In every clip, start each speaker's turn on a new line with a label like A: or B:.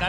A: The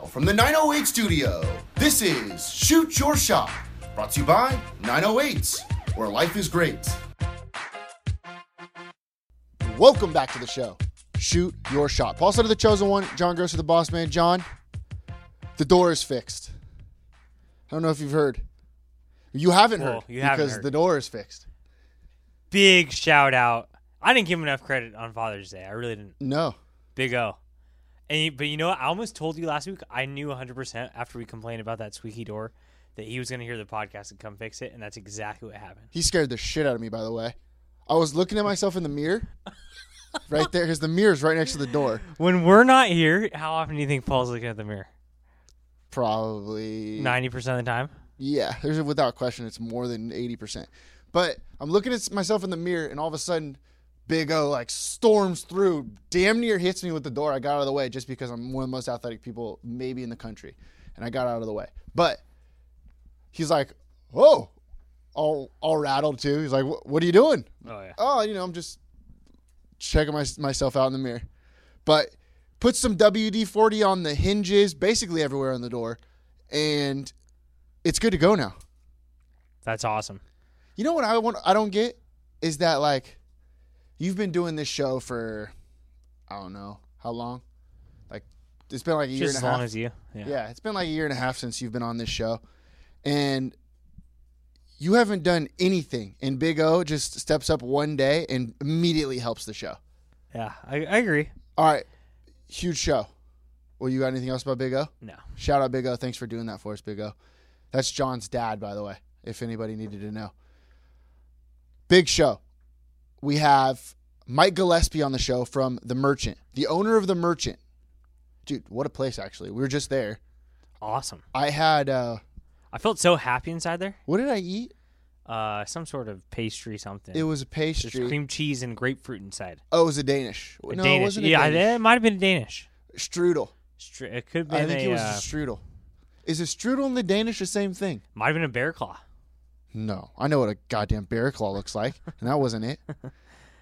B: from the 908 studio, this is Shoot Your Shot, brought to you by 908, where life is great. Welcome back to the show. Shoot Your Shot. Paul Sutter, the chosen one, John Gross, the boss man. John, the door is fixed. I don't know if you've heard. You haven't
C: Well,
B: heard
C: you haven't
B: because
C: heard.
B: the door is fixed.
C: Big shout out. I didn't give him enough credit on Father's Day. I really didn't.
B: No.
C: Big O. And you- but you know what? I almost told you last week. I knew 100% after we complained about that squeaky door that he was going to hear the podcast and come fix it, and that's exactly what happened.
B: He scared the shit out of me, by the way. I was looking at myself in the mirror right there because the mirror's right next to the door.
C: When we're not here, how often do you think Paul's looking at the mirror?
B: Probably.
C: 90% of the time.
B: Yeah, there's a, without question, it's more than eighty percent. But I'm looking at myself in the mirror, and all of a sudden, Big O like storms through, damn near hits me with the door. I got out of the way just because I'm one of the most athletic people maybe in the country, and I got out of the way. But he's like, "Whoa," all all rattled too. He's like, "Wh- "What are you doing?"
C: Oh, yeah.
B: oh, you know, I'm just checking my, myself out in the mirror. But put some WD 40 on the hinges, basically everywhere on the door, and it's good to go now.
C: That's awesome.
B: You know what I want? I don't get is that like you've been doing this show for I don't know how long. Like it's been like a year and
C: Just as
B: a half.
C: long as you. Yeah.
B: Yeah, it's been like a year and a half since you've been on this show, and you haven't done anything. And Big O just steps up one day and immediately helps the show.
C: Yeah, I, I agree.
B: All right, huge show. Well, you got anything else about Big O?
C: No.
B: Shout out Big O. Thanks for doing that for us, Big O. That's John's dad, by the way, if anybody needed to know. Big show. We have Mike Gillespie on the show from The Merchant, the owner of The Merchant. Dude, what a place, actually. We were just there.
C: Awesome.
B: I had, uh,
C: I felt so happy inside there.
B: what did I eat?
C: Uh, some sort of pastry, something.
B: It was a
C: There's
B: pastry.
C: cream cheese and grapefruit inside.
B: oh, it was a Danish.
C: A
B: no,
C: Danish.
B: it wasn't a
C: yeah,
B: Danish.
C: it might have been a Danish.
B: Strudel.
C: Str- It could have
B: I
C: been
B: think
C: a,
B: it was
C: uh,
B: a strudel. Is a strudel and the Danish the same thing?
C: might have been a bear claw.
B: No, I know what a goddamn bear claw looks like, and that wasn't it.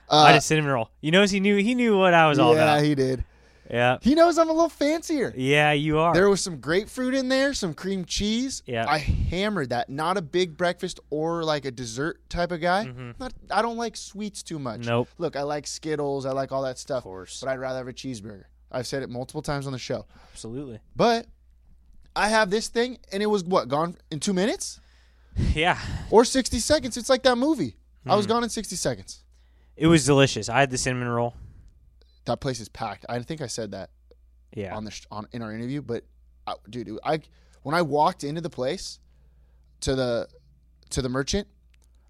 C: I just cinnamon roll. You notice he knew he knew what I was all
B: Uh, yeah,
C: about.
B: he did.
C: yeah,
B: He knows I'm a little fancier.
C: yeah, you are.
B: There was some grapefruit in there, some cream cheese.
C: Yeah.
B: I hammered that. Not a big breakfast or like a dessert type of guy. Not, I don't like sweets too much.
C: Mm-hmm. Nope.
B: Look, I like Skittles. I like all that stuff. Of
C: course.
B: But I'd rather have a cheeseburger. I've said it multiple times on the show.
C: Absolutely.
B: But I have this thing, and it was what gone in two minutes
C: Yeah,
B: or sixty seconds. It's like that movie. I
C: Hmm.
B: was gone in sixty seconds.
C: it was delicious. I had the cinnamon roll.
B: That place is packed. I think I said that
C: Yeah,
B: on the sh- on in our interview, but I, dude, I when I walked into the place to the to the merchant,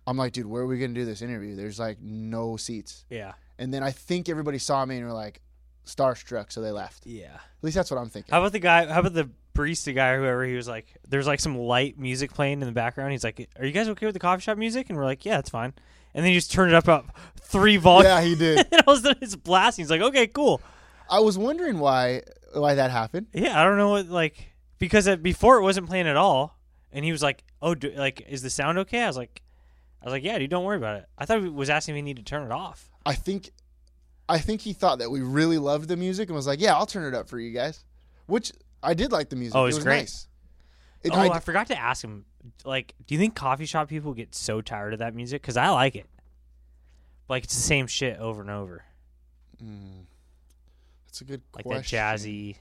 B: I'm like, dude, where are we gonna do this interview? There's like no seats,
C: yeah,
B: and then I think everybody saw me and were like starstruck, so they left. At
C: yeah.
B: least that's what I'm thinking.
C: How about the guy? How about the barista guy? or Whoever he was like, there's like some light music playing in the background. He's like, "Are you guys okay with the coffee shop music?" And we're like, "Yeah, it's fine." And then he just turned it up about three volumes.
B: yeah, he did.
C: and all of a sudden it's blasting. He's like, "Okay, cool."
B: I was wondering why why that happened.
C: Yeah, I don't know what like because uh before it wasn't playing at all, and he was like, "Oh, do, like is the sound okay?" I was like, "I was like, yeah, dude, don't worry about it." I thought he was asking if he needed to turn it off.
B: I think I think he thought that we really loved the music and was like, yeah, I'll turn it up for you guys, which I did like the music.
C: Oh,
B: it
C: it's
B: was
C: great.
B: nice. It,
C: oh,
B: I-
C: I, forgot to ask him. Like, do you think coffee shop people get so tired of that music? Because I like it. Like it's the same shit over and over,
B: that's a good
C: like
B: question.
C: that jazzy.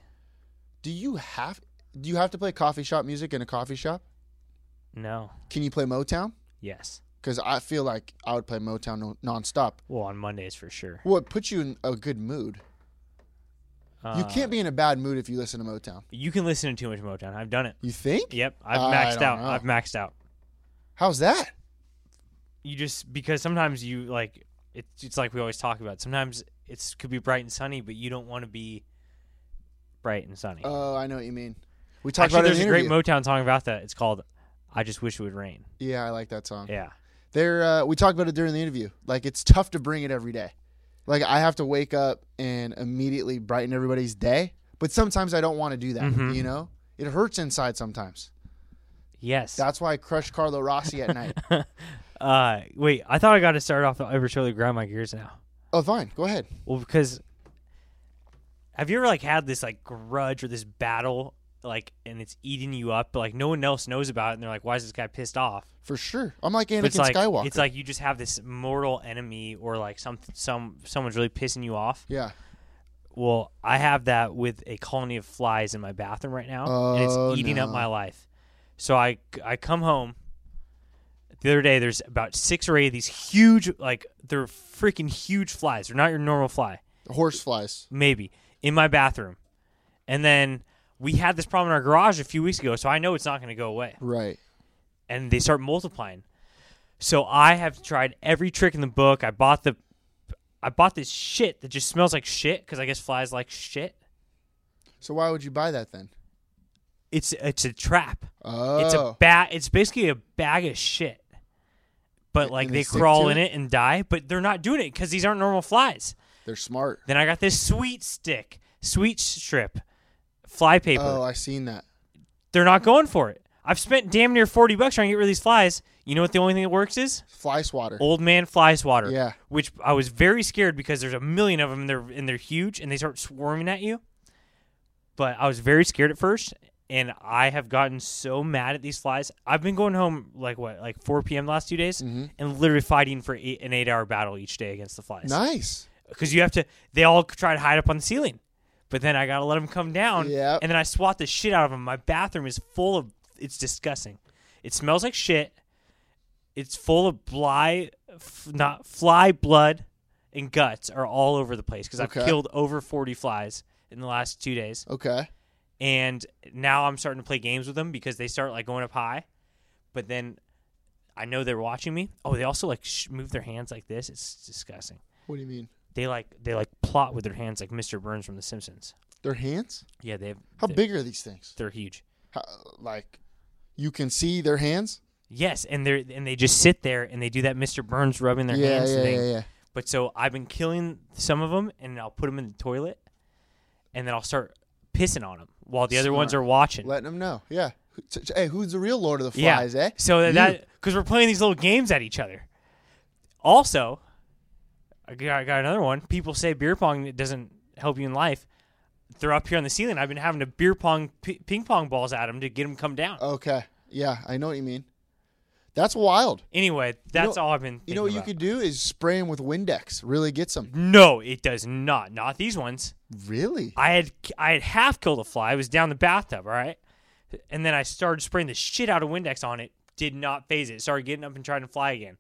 B: Do you have do you have to play coffee shop music in a coffee shop?
C: No.
B: Can you play Motown?
C: Yes.
B: Because I feel like I would play Motown no- nonstop.
C: Well, on Mondays for sure.
B: Well, it puts you in a good mood. you
C: Uh,
B: can't be in a bad mood if you listen to Motown.
C: You can listen to too much Motown. I've done it.
B: You think?
C: Yep, I've
B: I
C: maxed
B: don't
C: out.
B: know.
C: I've maxed out.
B: How's that?
C: you just because sometimes you like it's it's like we always talk about. Sometimes it's could be bright and sunny, but you don't want to be bright and sunny.
B: Oh, I know what you mean. We talked
C: Actually,
B: Uh, about it in
C: there's a
B: the
C: great
B: interview.
C: Motown song about that. It's called "I Just Wish It Would Rain."
B: Yeah, I like that song.
C: Yeah,
B: There, uh, we talked about it during the interview. Like it's tough to bring it every day. Like I have to wake up and immediately brighten everybody's day, but sometimes I don't want to do that.
C: Mm-hmm.
B: You know, it hurts inside sometimes.
C: yes.
B: That's why I crush Carlo Rossi at night.
C: uh, wait, I thought I got to start off. I ever surely grind my gears now.
B: oh, fine. Go ahead.
C: Well, because have you ever like had this like grudge or this battle like and it's eating you up, but like no one else knows about it, and they're like, "Why is this guy pissed off?"
B: For sure. I'm like
C: But it's
B: Anakin
C: like
B: Skywalker.
C: it's like you just have this mortal enemy or like some some someone's really pissing you off.
B: yeah.
C: Well, I have that with a colony of flies in my bathroom right now, and
B: Oh,
C: it's eating up
B: no.
C: my life. So I I come home the other day. There's about six or eight of these huge, like they're freaking huge flies. They're not your normal fly,
B: Horse flies.
C: maybe in my bathroom. And then we had this problem in our garage a few weeks ago, so I know it's not going to go away
B: Right.
C: and they start multiplying. So I have tried every trick in the book. I bought the I bought this shit that just smells like shit because I guess flies like shit.
B: So why would you buy that then?
C: It's it's a trap.
B: Oh.
C: It's a bat. It's basically a bag of shit. But
B: And-
C: like
B: and
C: they,
B: they stick
C: crawl
B: to
C: in
B: it?
C: it and die, but they're not doing it because these aren't normal flies.
B: They're smart.
C: Then I got this sweet stick, sweet strip, fly paper.
B: Oh, I seen that.
C: they're not going for it. I've spent damn near forty bucks trying to get rid of these flies. You know what the only thing that works is?
B: Fly swatter.
C: Old man fly swatter.
B: Yeah.
C: Which I was very scared because there's a million of them and they're and they're huge and they start swarming at you. But I was very scared at first, and I have gotten so mad at these flies. I've been going home like what, like 4 p.m. the last two days, and literally fighting for eight, an eight-hour battle each day against the flies.
B: Nice.
C: Because you have to, they all try to hide up on the ceiling, but then I gotta let them come down.
B: Yep.
C: And then I swat the shit out of them. My bathroom is full of. It's disgusting. It smells like shit. It's full of fly, f- not fly blood, and guts are all over the place because
B: Okay.
C: I've killed over forty flies in the last two days,
B: Okay.
C: and now I'm starting to play games with them because they start like going up high, but then I know they're watching me. Oh, they also like sh- move their hands like this. It's disgusting.
B: What do you mean?
C: They like they like plot with their hands like Mr. Burns from The Simpsons.
B: Their hands?
C: Yeah, they have.
B: How
C: they're,
B: big are these things?
C: They're huge.
B: How, like, you can see their hands?
C: Yes, and they are and they just sit there and they do that Mr. Burns rubbing their
B: Yeah,
C: hands
B: yeah,
C: thing.
B: yeah, yeah.
C: But so I've been killing some of them and I'll put them in the toilet, and then I'll start pissing on them while the other ones are
B: Smart.
C: watching.
B: Letting them know. Yeah. Who- t- t- Hey, who's the real Lord of the
C: yeah.
B: Flies, eh?
C: So
B: You.
C: that because we're playing these little games at each other. Also, I got, I got another one. People say beer pong doesn't help you in life. They're up here on the ceiling. I've been having to beer pong p- ping pong balls at them to get them come down.
B: Okay. Yeah, I know what you mean. That's wild.
C: Anyway, that's all I've been.
B: You know what you
C: thinking
B: could do is spray them with Windex. Really gets them.
C: about. No, it does not. Not these ones.
B: Really?
C: I had I had half killed a fly. I was down the bathtub, all right, and then I started spraying the shit out of Windex on it. Did not phase it. Started getting up and trying to fly again.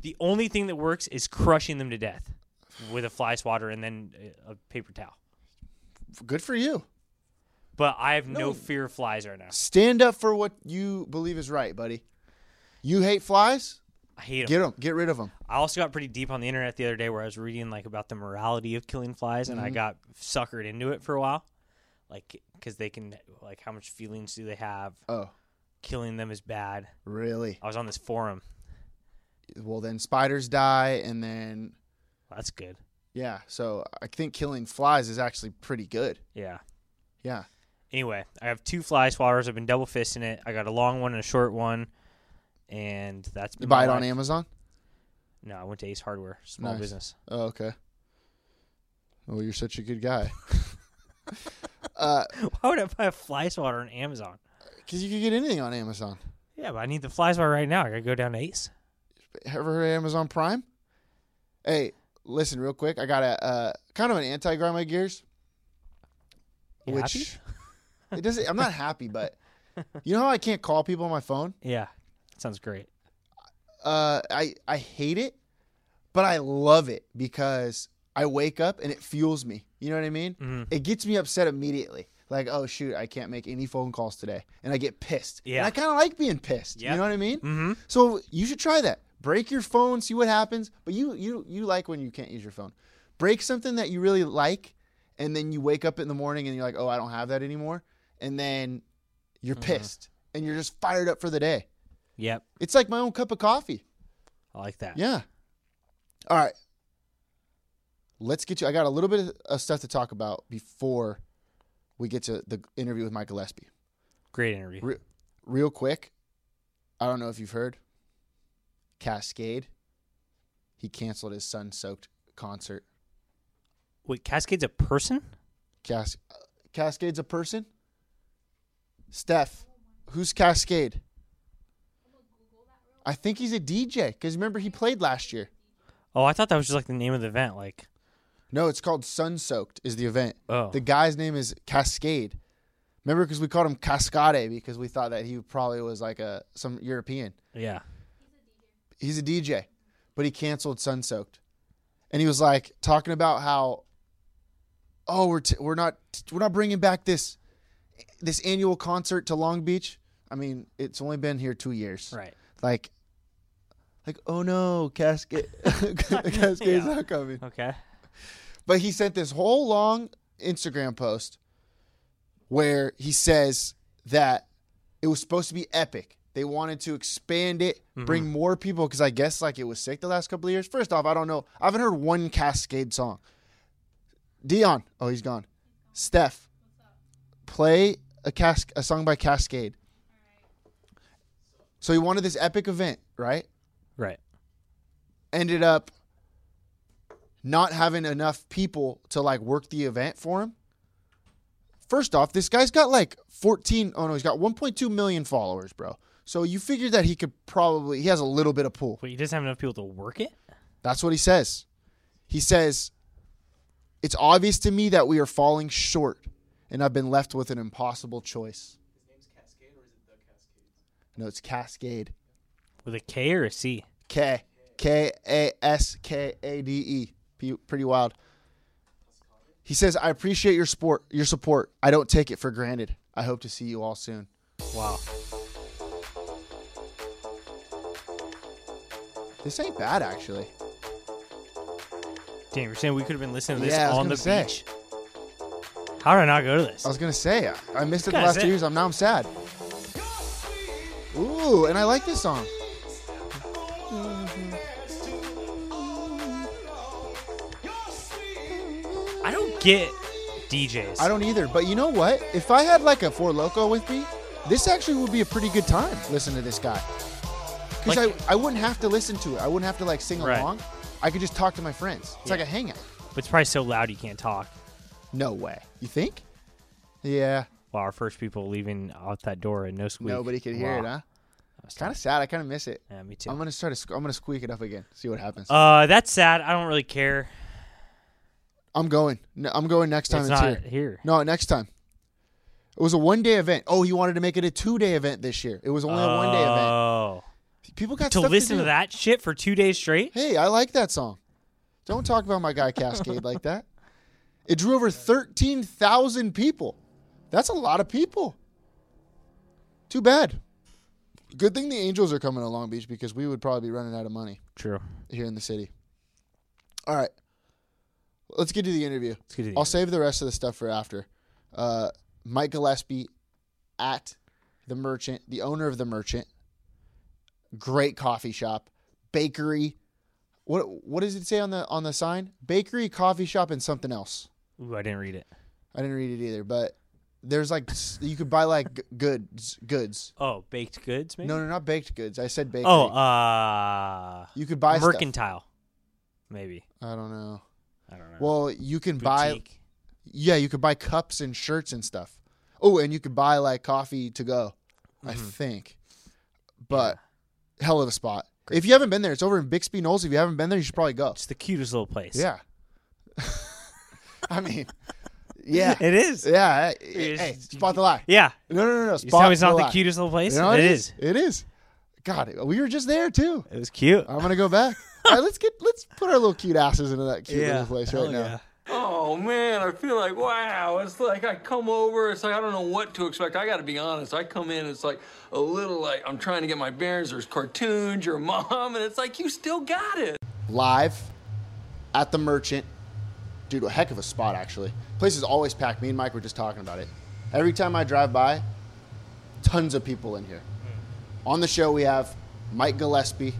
C: The only thing that works is crushing them to death with a fly swatter and then a a paper towel.
B: Good for you.
C: But I have no,
B: No.
C: fear of flies right now.
B: Stand up for what you believe is right, buddy. You hate flies?
C: I hate
B: Get
C: them.
B: them. Get rid of them.
C: I also got pretty deep on the internet the other day where I was reading like about the morality of killing flies, and
B: Mm-hmm.
C: I got suckered into it for a while, like because they can like how much feelings do they have?
B: Oh,
C: Killing them is bad.
B: really?
C: I was on this forum.
B: Well, then spiders die, and then
C: That's good.
B: yeah. So I think killing flies is actually pretty good.
C: Yeah.
B: Yeah.
C: Anyway, I have two fly swatters. I've been double fisting it. I got a long one and a short one, and that's
B: You
C: been
B: buy
C: my
B: it on
C: life.
B: Amazon?
C: No, I went to Ace Hardware, small
B: Nice.
C: business.
B: Oh, okay. Oh, you're such a good guy.
C: Why would I buy a fly swatter on Amazon?
B: Because you can get anything on Amazon.
C: Yeah, but I need the fly swatter right now. I gotta go down to Ace.
B: Ever heard of Amazon Prime? Hey, listen real quick. I got a uh, kind of an anti grind my gears.
C: You happy?
B: which it doesn't. I'm not happy, but you know how I can't call people on my phone.
C: Yeah, sounds great.
B: Uh, I I hate it, but I love it because I wake up and it fuels me. You know what I mean? It gets me upset immediately. Like, oh shoot, I can't make any phone calls today, and I get pissed.
C: Yeah.
B: and I kind of like being pissed.
C: Yeah.
B: You know what I mean? Mm-hmm. So you should try that. Break your phone, see what happens. But you you you like when you can't use your phone. Break something that you really like, and then you wake up in the morning and you're like, oh, I don't have that anymore. And then You're pissed and you're just fired up for the day.
C: Yep.
B: It's like my own cup of coffee.
C: I like that.
B: Yeah. All right. Let's get you. I got a little bit of stuff to talk about before we get to the interview with Mike Gillespie.
C: Great interview.
B: Re- real quick, I don't know if you've heard. Cascade, he canceled his sun soaked concert.
C: Wait, Cascade's a person?
B: Cas- uh, Cascade's a person? Steph, who's Cascade? I think he's a DJ because remember he played last year.
C: Oh, I thought that was just like the name of the event. Like,
B: No, it's called Sun Soaked is the event.
C: Oh.
B: The guy's name is Cascade. Remember because we called him Cascade because we thought that he probably was like a some European.
C: yeah.
B: He's a DJ, but he canceled Sun Soaked. And he was like talking about how oh, we're t- we're not we're not bringing back this this annual concert to Long Beach. I mean, it's only been here 2 years.
C: Right.
B: Like like oh no, Cascade Cascade's
C: Yeah.
B: not coming.
C: Okay.
B: But he sent this whole long Instagram post where he says that it was supposed to be epic. They wanted to expand it, bring more people because I guess like it was sick the last couple of years. First off, I don't know. I haven't heard one Cascade song. Dion, oh he's gone. Steph, play a cas- a song by Cascade. So he wanted this epic event, right?
C: Right.
B: ended up not having enough people to like work the event for him. First off, this guy's got like 14 oh no, he's got 1.2 million followers, bro. So you figure that he could probably he has a little bit of pull.
C: Wait, he doesn't have enough people to work it?
B: That's what he says. He says it's obvious to me that we are falling short and I've been left with an impossible choice. His name's Cascade
C: With a K or a
B: or is it the Cascade?
C: C?
B: No, it's Cascade. K K A S K A D E. P- Pretty wild. He says, "I appreciate your support. Your support. I don't take it for granted. I hope to see you all soon."
C: Wow.
B: This ain't bad, actually.
C: Damn, you're saying we could have been listening to this
B: Yeah, I was
C: on the
B: gonna say.
C: beach? How did I not go to this?
B: I was gonna say I, I missed it the
C: Guys,
B: last
C: that-
B: two years. I'm now I'm sad. Ooh, and I like this song.
C: I don't get DJs.
B: I don't either. But you know what? If I had like a four loco with me, this actually would be a pretty good time. Listen to this guy, because
C: Like-
B: I I wouldn't have to listen to it. I wouldn't have to like sing
C: Right.
B: along. I could just talk to my friends. It's like a hangout.
C: But it's probably so loud you can't talk.
B: No way. You think? Yeah.
C: Wow, our first people leaving out that door and no squeak.
B: Nobody could hear it,
C: Wow.
B: huh? It's kind of sad. I kind of miss it.
C: Yeah, me too.
B: I'm gonna start. To, sque- I'm gonna squeak it up again. See what happens.
C: uh, that's sad. I don't really care.
B: I'm going. No, I'm going next time.
C: it's
B: It's,
C: not
B: here.
C: here.
B: No, next time. It was a one day event. Oh, he wanted to make it a two day event this year. It was only a one day event.
C: Oh.
B: People got
C: To
B: stuff
C: listen
B: do.
C: to that shit for two days straight?
B: Hey, I like that song. Don't talk about my guy Cascade like that. It drew over thirteen thousand people. That's a lot of people. Too bad. Good thing the Angels are coming to Long Beach because we would probably be running out of money
C: True.
B: here in the city. All right. Let's get to the interview.
C: get to the
B: I'll save the rest of the stuff for after. Uh, Mike Gillespie at the Merchant, the owner of the Merchant. Great coffee shop, bakery. What what does it say on the on the sign? Bakery, coffee shop, and something else.
C: Ooh, I didn't read it.
B: I didn't read it either, but there's like s- you could buy like g- goods goods.
C: Oh, baked goods, maybe?
B: No, no, not baked goods. I said bakery.
C: Oh, uh,
B: you could buy stuff.
C: mercantile, maybe.
B: I don't know.
C: I don't know.
B: Well, you can buy
C: Boutique.
B: Yeah, you could buy cups and shirts and stuff. Oh, and you could buy like coffee to go, I
C: Mm-hmm.
B: think. But hell of a spot. If you haven't been there, it's over in Bixby Knolls. If you haven't been there, you should probably go.
C: It's the cutest little place.
B: Yeah. I mean, yeah.
C: it is. Yeah,
B: Yeah. Hey, hey,
C: is-
B: spot the lie. No, no, no, no.
C: You
B: Spot
C: tell me it's not the
B: lie.
C: cutest little place.
B: You know,
C: it is.
B: It is. God, we were just there too.
C: It was cute.
B: I'm gonna go back. All right, let's get let's put our little cute asses into that cute little place right
C: hell
B: now.
C: yeah.
D: Oh man, I feel like wow. It's like I come over, it's like I don't know what to expect. I gotta be honest. I come in, it's like a little like I'm trying to get my bearings. There's cartoons, your mom, and it's like you still got it.
B: live at the Merchant. Dude, a heck of a spot actually. Place is always packed. Me and Mike were just talking about it. Every time I drive by, tons of people in here. On the show, we have Mike Gillespie.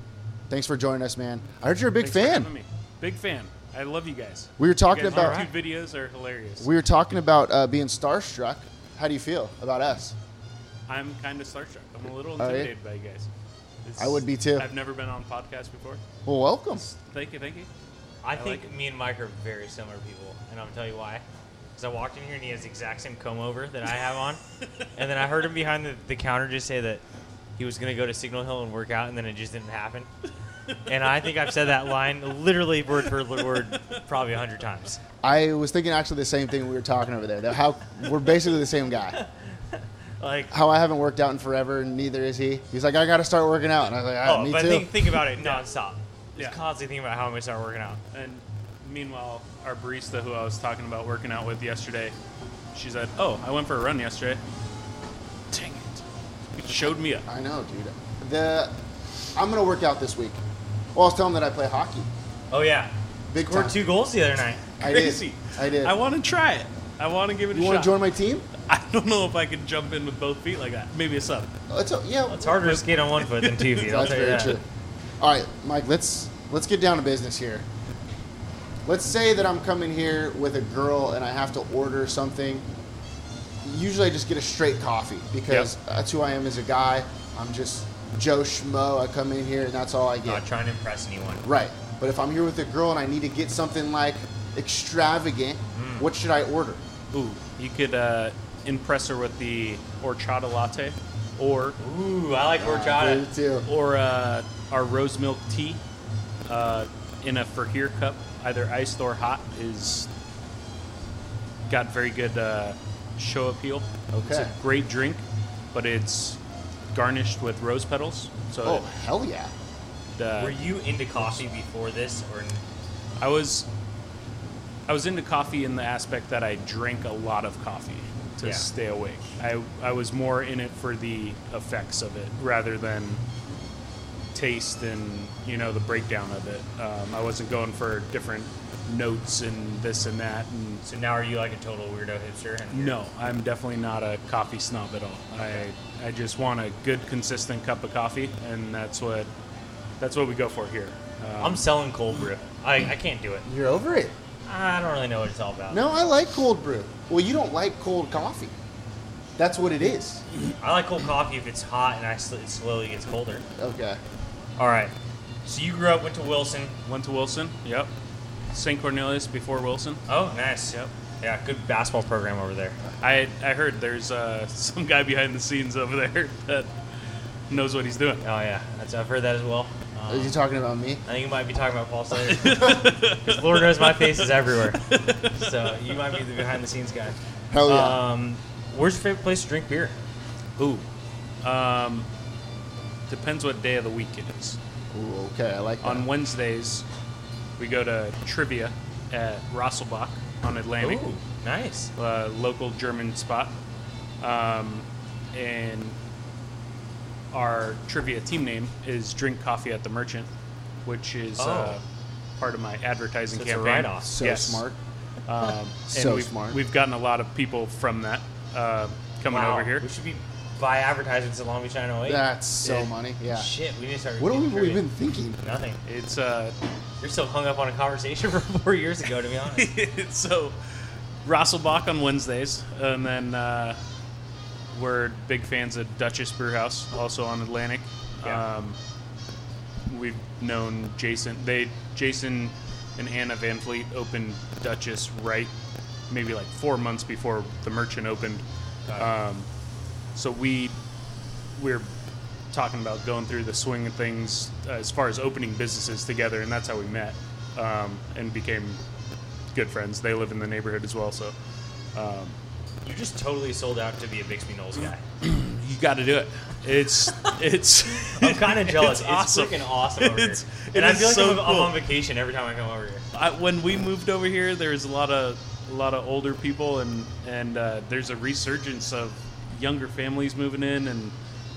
B: Thanks for joining us, man. I heard you're a big
E: Thanks for having
B: fan.
E: me. Big fan. I love you guys.
B: We were talking
E: you guys'
B: about
E: YouTube videos are hilarious.
B: we were talking about uh, being starstruck. How do you feel about us?
E: I'm kind of starstruck. I'm a little
B: Are you?
E: intimidated by you guys. It's-
B: Oh, I would be too.
E: I've never been on podcast before.
B: Well, welcome.
E: Thank you, thank you.
C: I think me and Mike are very similar people, and I'm gonna tell you why. Because I walked in here and he has the exact same comb over that I have on, and then I heard him behind the, the counter just say that he was gonna go to Signal Hill and work out, and then it just didn't happen. And I think I've said that line literally word for word probably a hundred times.
B: I was thinking actually the same thing we were talking over there. Though how we're basically the same guy.
C: Like,
B: How I haven't worked out in forever, and neither is he. He's like, I got to start working out, and I was like, ah,
C: oh,
B: me
C: but
B: too.
C: think, think about it nonstop. Just
E: Yeah.
C: constantly thinking about how I'm gonna start working out.
E: And meanwhile, our barista, who I was talking about working out with yesterday, she said, "Oh, I went for a run yesterday." Dang it! You showed me up.
B: I know, dude. The I'm gonna work out this week. Well, I was telling him that I play hockey.
C: Oh yeah,
B: Big
C: scored
B: time.
C: two goals the other night.
B: I
E: Crazy.
B: did. I did.
E: I want to try it. I want to give it
B: you
E: a
B: want
E: shot.
B: to join my team?
E: I don't know if I could jump in with both feet like that. Maybe a sub.
B: Let's, yeah,
C: It's harder to skate on one foot than two feet. I'll
B: that's
C: tell you
B: very
C: that.
B: true. All right, Mike. Let's let's get down to business here. Let's say that I'm coming here with a girl and I have to order something. Usually, I just get a straight coffee because that's who I am as a guy. I'm just Joe Schmo. I come in here and that's all I get.
C: Not trying to impress anyone.
B: Right. But if I'm here with a girl and I need to get something like extravagant,
C: Hmm.
B: what should I order?
E: Ooh, you could uh, impress her with the horchata latte, or
C: Ooh, I like horchata.
B: Me too.
E: or uh, our rose milk tea uh, in a fakir cup, either iced or hot, is got very good uh, show appeal. It's
B: Okay.
E: a great drink, but it's garnished with rose petals. So
B: Oh hell yeah!
E: it, uh,
C: Were you into coffee before this, or
E: I was I was into coffee in the aspect that I drank a lot of coffee to
C: Yeah.
E: stay awake. I I was more in it for the effects of it rather than taste and you know the breakdown of it. Um, I wasn't going for different notes and this and that. And
C: so now are you like a total weirdo hipster? And
E: no, I'm definitely not a coffee snob at all. I I just want a good consistent cup of coffee, and that's what that's what we go for here.
C: I'm selling cold brew. I, I can't do it.
B: You're over it.
C: I don't really know what it's all about.
B: No, I like cold brew. Well, you don't like cold coffee. That's what it is.
C: I like cold coffee if it's hot and I sl- it slowly gets colder.
B: Okay.
C: All right. So you grew up, went to Wilson.
E: Went to Wilson. Yep. St. Cornelius before Wilson.
C: Oh, nice. Yep. Yeah, good basketball program over there.
E: I I heard there's uh, some guy behind the scenes over there that knows what he's doing.
C: Oh yeah, that's I've heard that as well. Um,
E: Uh-huh.
B: Are you talking about me?
C: I think you might be talking about Paul Slater. 'Cause Lord knows my face is everywhere. So you might be the behind the scenes guy.
B: Hell yeah.
C: Um, where's your favorite place to drink beer?
E: Ooh. Um, depends what day of the week it is.
B: Ooh, okay, I like that.
E: On Wednesdays, we go to trivia at Rosselbach on Atlantic,
C: Ooh, nice.
E: uh, local German spot, um, and our trivia team name is Drink Coffee at the Merchant, which is uh,
C: Oh.
E: part of my advertising
C: So it's a
E: campaign.
C: write-off.
B: so
E: Yes.
B: smart.
E: Um,
B: So
E: and we've,
B: smart.
E: We've gotten a lot of people from that uh, coming
C: Wow,
E: over here.
C: We should be buy advertisements at Long Beach 908.
B: That's so
E: Yeah.
B: money. Yeah.
C: Shit, we need to start.
B: What have we
C: doing
B: we
C: trivia.
B: been thinking?
C: Nothing.
E: It's uh,
C: You're still hung up on a conversation from four years ago, to be honest.
E: so Rosselbach on Wednesdays, and then uh, we're big fans of Duchess Brewhouse, also on Atlantic.
C: Yeah.
E: Um, we've known Jason. They Jason and Anna Van Fleet opened Duchess right, maybe like four months before the Merchant opened. Um, so we we're talking about going through the swing of things uh, as far as opening businesses together, and that's how we met um, and became good friends. They live in the neighborhood as well, so um,
C: You're just totally sold out to be a Bixby Knowles guy.
E: you got to do it. It's it's
C: I'm kind of jealous. It's,
E: awesome.
C: freaking awesome over
E: It's-
C: here.
E: it
C: And I
E: is
C: feel like
E: so
C: I'm, I'm
E: cool.
C: on vacation every time I come over here.
E: I, when we moved over here, there's a lot of a lot of older people, and and uh, there's a resurgence of younger families moving in and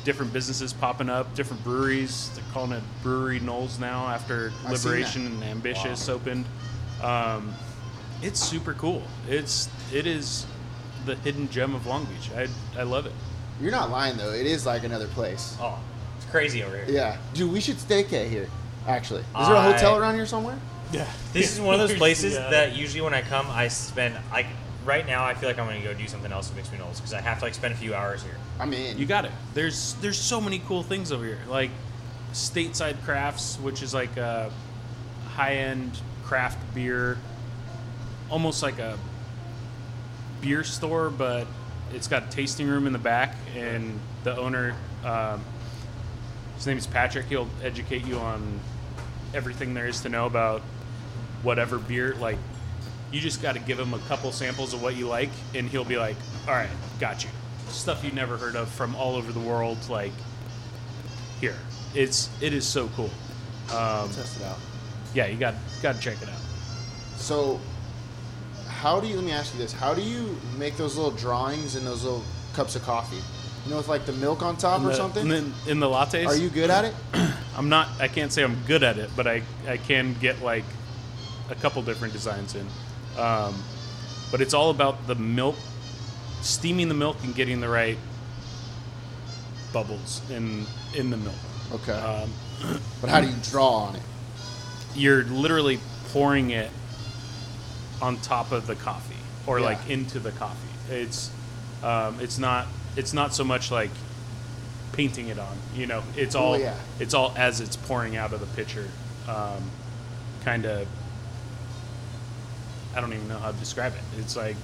E: different businesses popping up, different breweries. They're calling it Brewery Knowles now after
B: I've seen
E: Liberation and Ambitious opened. Um, it's super cool. It's it is the hidden gem of Long Beach. I I love it.
B: You're not lying though. It is like another place.
F: Oh, it's crazy over here.
B: Yeah, dude, we should staycay here. Actually, is there a
F: I-
B: hotel around here somewhere?
F: This is one of those places that usually when I come, I spend like right now. I feel like I'm gonna go do something else that makes me nervous because I have to like spend a few hours here.
B: I mean,
E: You got it. There's there's so many cool things over here, like Stateside Crafts, which is like a high end craft beer, almost like a beer store, but it's got a tasting room in the back, and the owner, um, his name is Patrick. He'll educate you on everything there is to know about whatever beer. Like, you just got to give him a couple samples of what you like, and he'll be like, "All right, got you." Stuff you never heard of from all over the world. Like, here, it's it is so cool. Um,
B: test it out.
E: yeah, you got got to check it out.
B: So, how do you? Let me ask you this: How do you make those little drawings in those little cups of coffee? You know, with like the milk on top
E: In
B: or
E: the,
B: something.
E: and then in the lattes.
B: Are you good at it?
E: I'm not. I can't say I'm good at it, but I I can get like a couple different designs in. Um, but it's all about the milk, steaming the milk and getting the right bubbles in in the milk.
B: Okay.
E: Um,
B: but how do you draw on it?
E: you're literally pouring it on top of the coffee or
B: Yeah.
E: like into the coffee. It's um, it's not it's not so much like painting it on. You know, it's all
B: yeah.
E: it's all as it's pouring out of the pitcher. Um, kind of. I don't even know how to describe it. It's like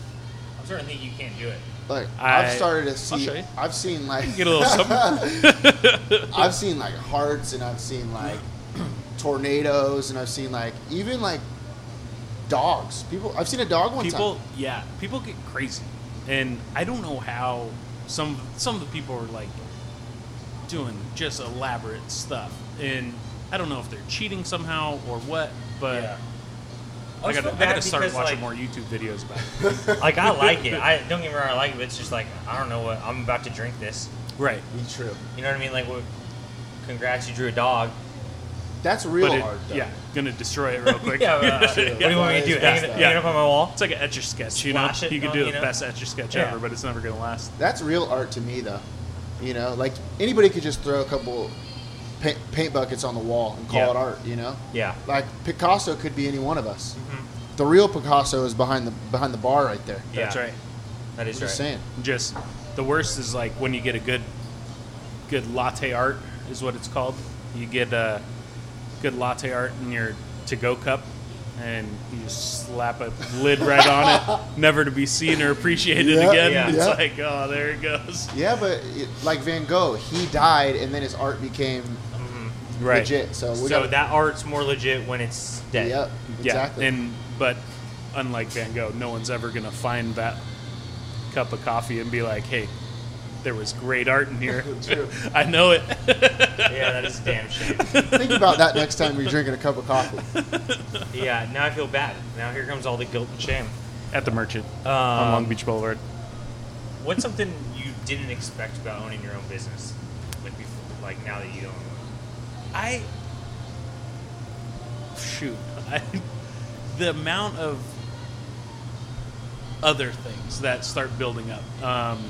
F: I'm starting to think you can't do it.
B: Like I,
E: I-
B: have started to
E: I'll
B: see.
E: show you.
B: I've seen like
E: get a little something.
B: I've seen like hearts and I've seen like tornadoes and I've seen like even like dogs. People I've seen a dog one
E: people,
B: time.
E: yeah, people get crazy, and I don't know how some some of the people are like doing just elaborate stuff, and I don't know if they're cheating somehow or what, but
F: Yeah.
E: I
F: always
E: gotta,
F: feel
E: I gotta
F: bad
E: start
F: because,
E: watching
F: like-
E: more YouTube videos about it.
F: Like I like it. I don't get me wrong. I like it, but it's just like I don't know what I'm about to drink this.
E: right,
B: Be true.
F: You know what I mean? Like, what, congrats, you drew a dog.
B: That's real
E: but it,
B: hard though.
E: yeah, gonna destroy it real quick.
F: Yeah. but, uh, What do you want me to do? Hang it,
B: Yeah.
F: hang it up on my wall?
E: It's like an etch a sketch, you know.
F: Splash it
E: You can
F: on,
E: do
F: you
E: the
F: know?
E: best etch a sketch
F: Yeah.
E: ever, but it's never gonna last.
B: That's real art to me though. You know, like anybody could just throw a couple paint, paint buckets on the wall and call
F: Yeah.
B: it art, you know?
F: Yeah.
B: Like Picasso could be any one of us. The real Picasso is behind the behind the bar right there.
F: Mm-hmm. Yeah.
E: That's right.
F: That is
B: I'm
F: right.
B: just saying.
E: just the worst is like when you get a good good latte art is what it's called you get a good latte art in your to-go cup and you just slap a lid right on it never to be seen or appreciated
B: Yeah,
E: again
F: yeah.
E: it's
B: yeah.
E: like oh there it goes
B: Yeah, but it, like Van Gogh, he died and then his art became legit. So we
F: So
B: got
F: that art's more legit when it's dead.
B: Yep,
E: yeah
B: exactly.
E: and but unlike van gogh no one's ever gonna find that cup of coffee and be like hey there was great art in here
B: True.
E: i know it
F: Yeah, that is a damn shame.
B: Think about that next time you're drinking a cup of coffee.
F: Yeah, now I feel bad. Now here comes all the guilt and shame.
E: at the merchant
F: Um,
E: on long beach boulevard
F: What's something you didn't expect about owning your own business? Like before, like now that you own one.
E: I shoot I, the amount of other things that start building up um,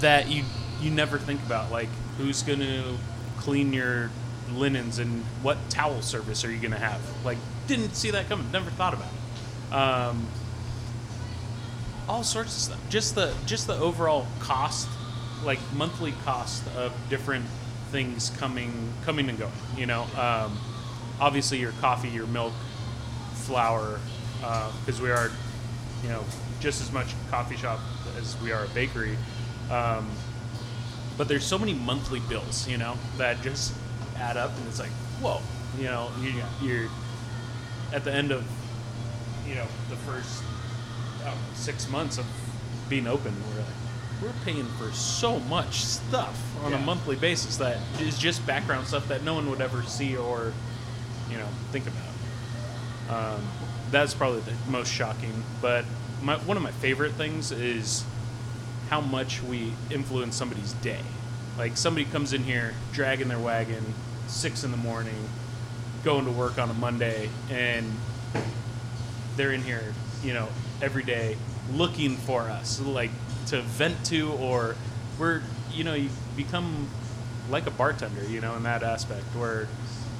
E: that you you never think about like who's gonna clean your linens and what towel service are you gonna have like didn't see that coming never thought about it um, all sorts of stuff just the just the overall cost like monthly cost of different things coming coming and going you know um, obviously your coffee your milk flour because we are you know just as much a coffee shop as we are a bakery um, but there's so many monthly bills you know that just add up and it's like whoa you know you, you're at the end of you know the first oh, six months of being open we're like we're paying for so much stuff on a monthly basis that is just background stuff that no one would ever see or you know think about um, that's probably the most shocking but my, one of my favorite things is how much we influence somebody's day like somebody comes in here dragging their wagon six in the morning going to work on a monday and they're in here, you know, every day looking for us, like to vent to or where you know you become like a bartender, you know, in that aspect where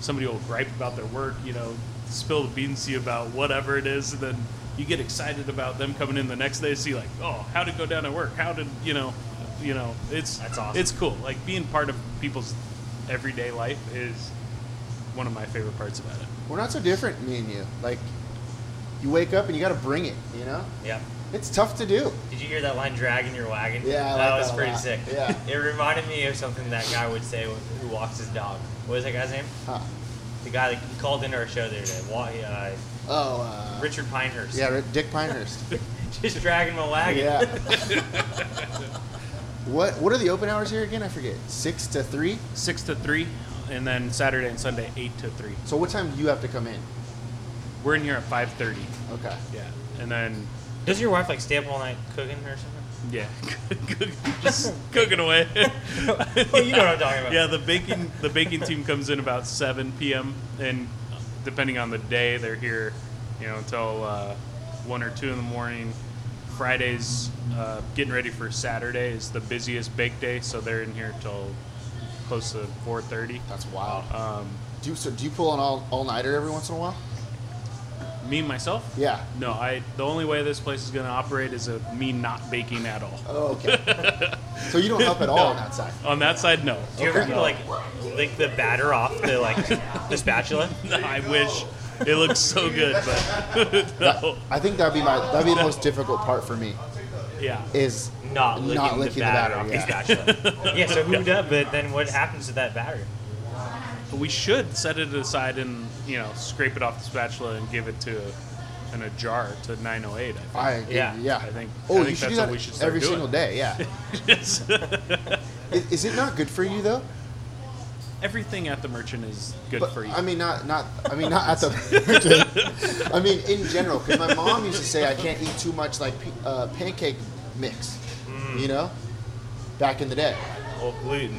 E: somebody will gripe about their work, you know, spill the beans to you about whatever it is, and then you get excited about them coming in the next day, see like, oh, how did it go down at work? How did you know, you know, it's
C: That's awesome.
E: It's cool. Like being part of people's everyday life is one of my favorite parts about it.
B: We're not so different, me and you. Like, you wake up and you got to bring it. You know,
C: Yeah.
B: it's tough to do.
C: Did you hear that line, dragging your wagon?
B: Yeah, I like
C: that was
B: that a
C: pretty
B: lot.
C: sick.
B: Yeah.
C: It reminded me of something that guy would say wh- who walks his dog. What is that guy's name?
B: Huh.
C: The guy that he called into our show the other day. Wa- uh,
B: Oh, uh,
C: Richard Pinehurst.
B: yeah, Ri- Dick Pinehurst.
C: Just dragging my wagon.
B: yeah. what What are the open hours here again? I forget. Six to three.
E: Six to three, and then Saturday and Sunday eight to three.
B: So what time do you have to come in?
E: We're in here at five thirty.
B: Okay.
E: Yeah, and then
C: Does your wife like stay up all night cooking or something?
E: yeah, just cooking away.
C: Oh, you know what I'm talking about.
E: yeah, the baking the baking team comes in about seven p.m. and depending on the day, they're here, you know, until uh, one or two in the morning. Fridays, uh, getting ready for Saturday is the busiest bake day, so they're in here till close to four thirty.
B: That's wild.
E: Um,
B: Do you, so? Do you pull an all all nighter every once in a while?
E: me myself,
B: Yeah.
E: no, I. The only way this place is going to operate is of me not baking at all.
B: Oh, okay. so you don't help at all
E: No.
B: on that side.
E: On that side, no.
C: Do you ever people like lick the batter off the like the spatula?
E: I wish it looks so good, but no.
B: I think that'd be my that'd be the most difficult part for me
E: Yeah.
B: is
C: Not licking,
B: Not licking the
C: the batter,
B: batter,
C: off
B: yeah.
C: the spatula. yeah. So who does? But then what happens to that batter?
E: But we should set it aside and, you know, scrape it off the spatula and give it to in a jar to 908. I
B: I agree,
C: Yeah,
B: yeah,
E: I think-
B: Oh,
E: I think
B: you should
E: that's
B: do
E: what
B: that
E: we should start
B: every
E: doing.
B: single day. Yeah.
E: think. Yes.
B: is, is it not good for you though?
E: Everything at the merchant is good
B: But,
E: for you.
B: I mean, not not. I mean, not at the. I mean, in general, because my mom used to say I can't eat too much like p- uh, pancake mix.
E: Mm.
B: You know, back in the day.
C: Well, gluten.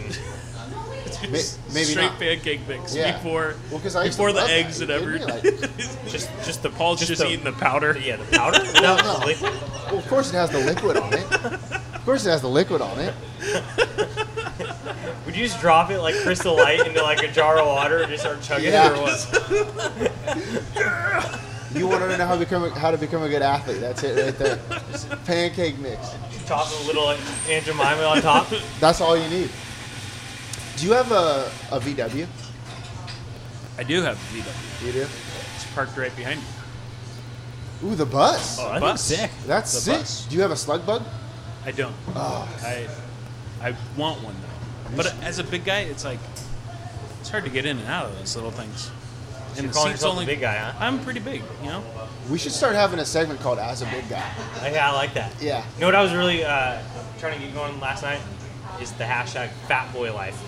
E: Just
B: maybe
E: straight
B: not.
E: pancake mix
B: Yeah.
E: before
B: Well, 'cause I used
E: before
B: to
E: the
B: love that.
E: eggs
B: You
E: and
B: kidding me?
E: everything.
C: Just just the
E: Paul's just,
C: the-
E: eating the powder.
C: Yeah, the powder.
B: No,
C: no,
B: no.
C: the liquid.
B: Well, of course it has the liquid on it. Of course it has the liquid on it.
C: Would you just drop it like crystal light into like a jar of water and just start chugging
B: Yeah.
C: it or what?
B: You want to know how to become a, how to become a good athlete? That's it right there. Pancake mix.
C: Top a little like, Aunt Jemima on top.
B: That's all you need. Do you have a, a VW?
E: I do have the VW.
B: You do.
E: It's parked right behind you.
B: Ooh, the bus.
E: Oh,
C: I think sick.
B: That's
E: the
B: sick.
E: bus.
B: Do you have a slug bug?
E: I don't.
C: Ah.
E: I I want one though. But as a big guy, it's like it's hard to get in and out of those little things.
C: You're calling yourself a big guy, huh?
E: I'm pretty big, you know.
B: We should start having a segment called "As a Big Guy."
C: Oh, yeah, I like that.
B: Yeah.
C: You know what I was really uh, trying to get going last night is the hashtag Fat Boy Life.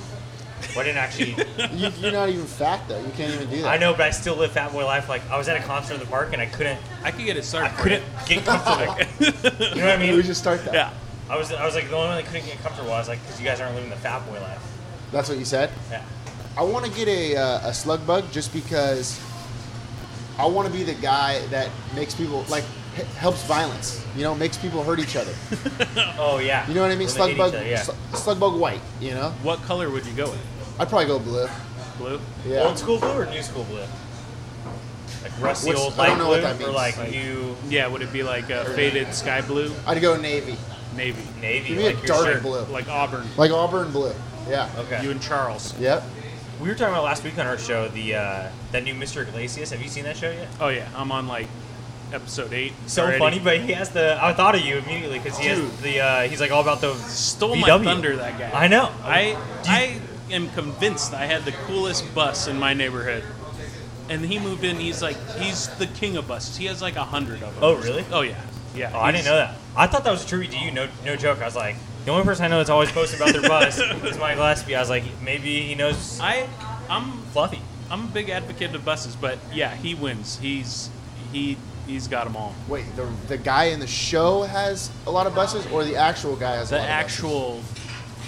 C: Well, I didn't actually.
B: You, you're not even fat though. You can't even do that.
C: I know, but I still live Fat Boy Life. Like I was at a concert in the park and I couldn't.
E: I could get it
C: I
E: started. for
C: couldn't get comfortable. you know what I
B: We
C: mean?
B: should start that.
E: Yeah.
C: I was, I was like the only one that couldn't get comfortable. I was like, because you guys aren't living the Fat Boy Life.
B: That's what you said.
C: Yeah.
B: I want to get a uh, a slug bug just because I want to be the guy that makes people like h- helps violence. You know, makes people hurt each other.
C: Oh yeah.
B: Uh-uh. You know what I mean?
C: When they
B: Slug
C: hate
B: bug,
C: each other, yeah.
B: sl- slug bug white. You know,
E: What color would you go with?
B: I'd probably go blue.
E: Blue.
B: Yeah.
C: Old school blue or new school blue? Like rusty
B: What's-
C: old
B: I
C: light
B: don't know what
C: blue
B: that
C: or
B: means.
C: like
B: Like-
C: new
E: Yeah. Would it be like a faded sky blue,
B: I'd go navy.
E: navy,
C: navy?
B: Give me
C: like
B: a
C: your
B: dark
C: shirt.
B: blue, like,
E: like Auburn?
B: auburn blue. Yeah.
C: Okay.
E: You and Charles.
B: Yep.
C: we were talking about last week on our show the uh, that new Mr. Iglesias. Have you seen that show yet?
E: Oh yeah. I'm on like episode eight.
C: So
E: already.
C: funny, but he has the. I thought of you immediately because he has
E: Dude.
C: the. Uh, he's like all about the.
E: Stole my
C: VW.
E: thunder. That guy.
C: I know.
E: I I am convinced I had the coolest bus in my neighborhood. And he moved in. He's like he's the king of buses. He has like a hundred of them.
C: Oh, really?
E: Oh yeah. Yeah.
C: Oh, I didn't
E: he's-
C: know that. I thought that was true to you. No, no joke. I was like, the only person I know that's always posting about their bus is Mike Gillespie. I was like, maybe he knows
E: I I'm
C: Fluffy.
E: I'm a big advocate of buses, but yeah, he wins. He's he he's got them all.
B: Wait, the the guy in the show has a lot of buses, or the actual guy has a
E: The
B: lot of buses?
E: actual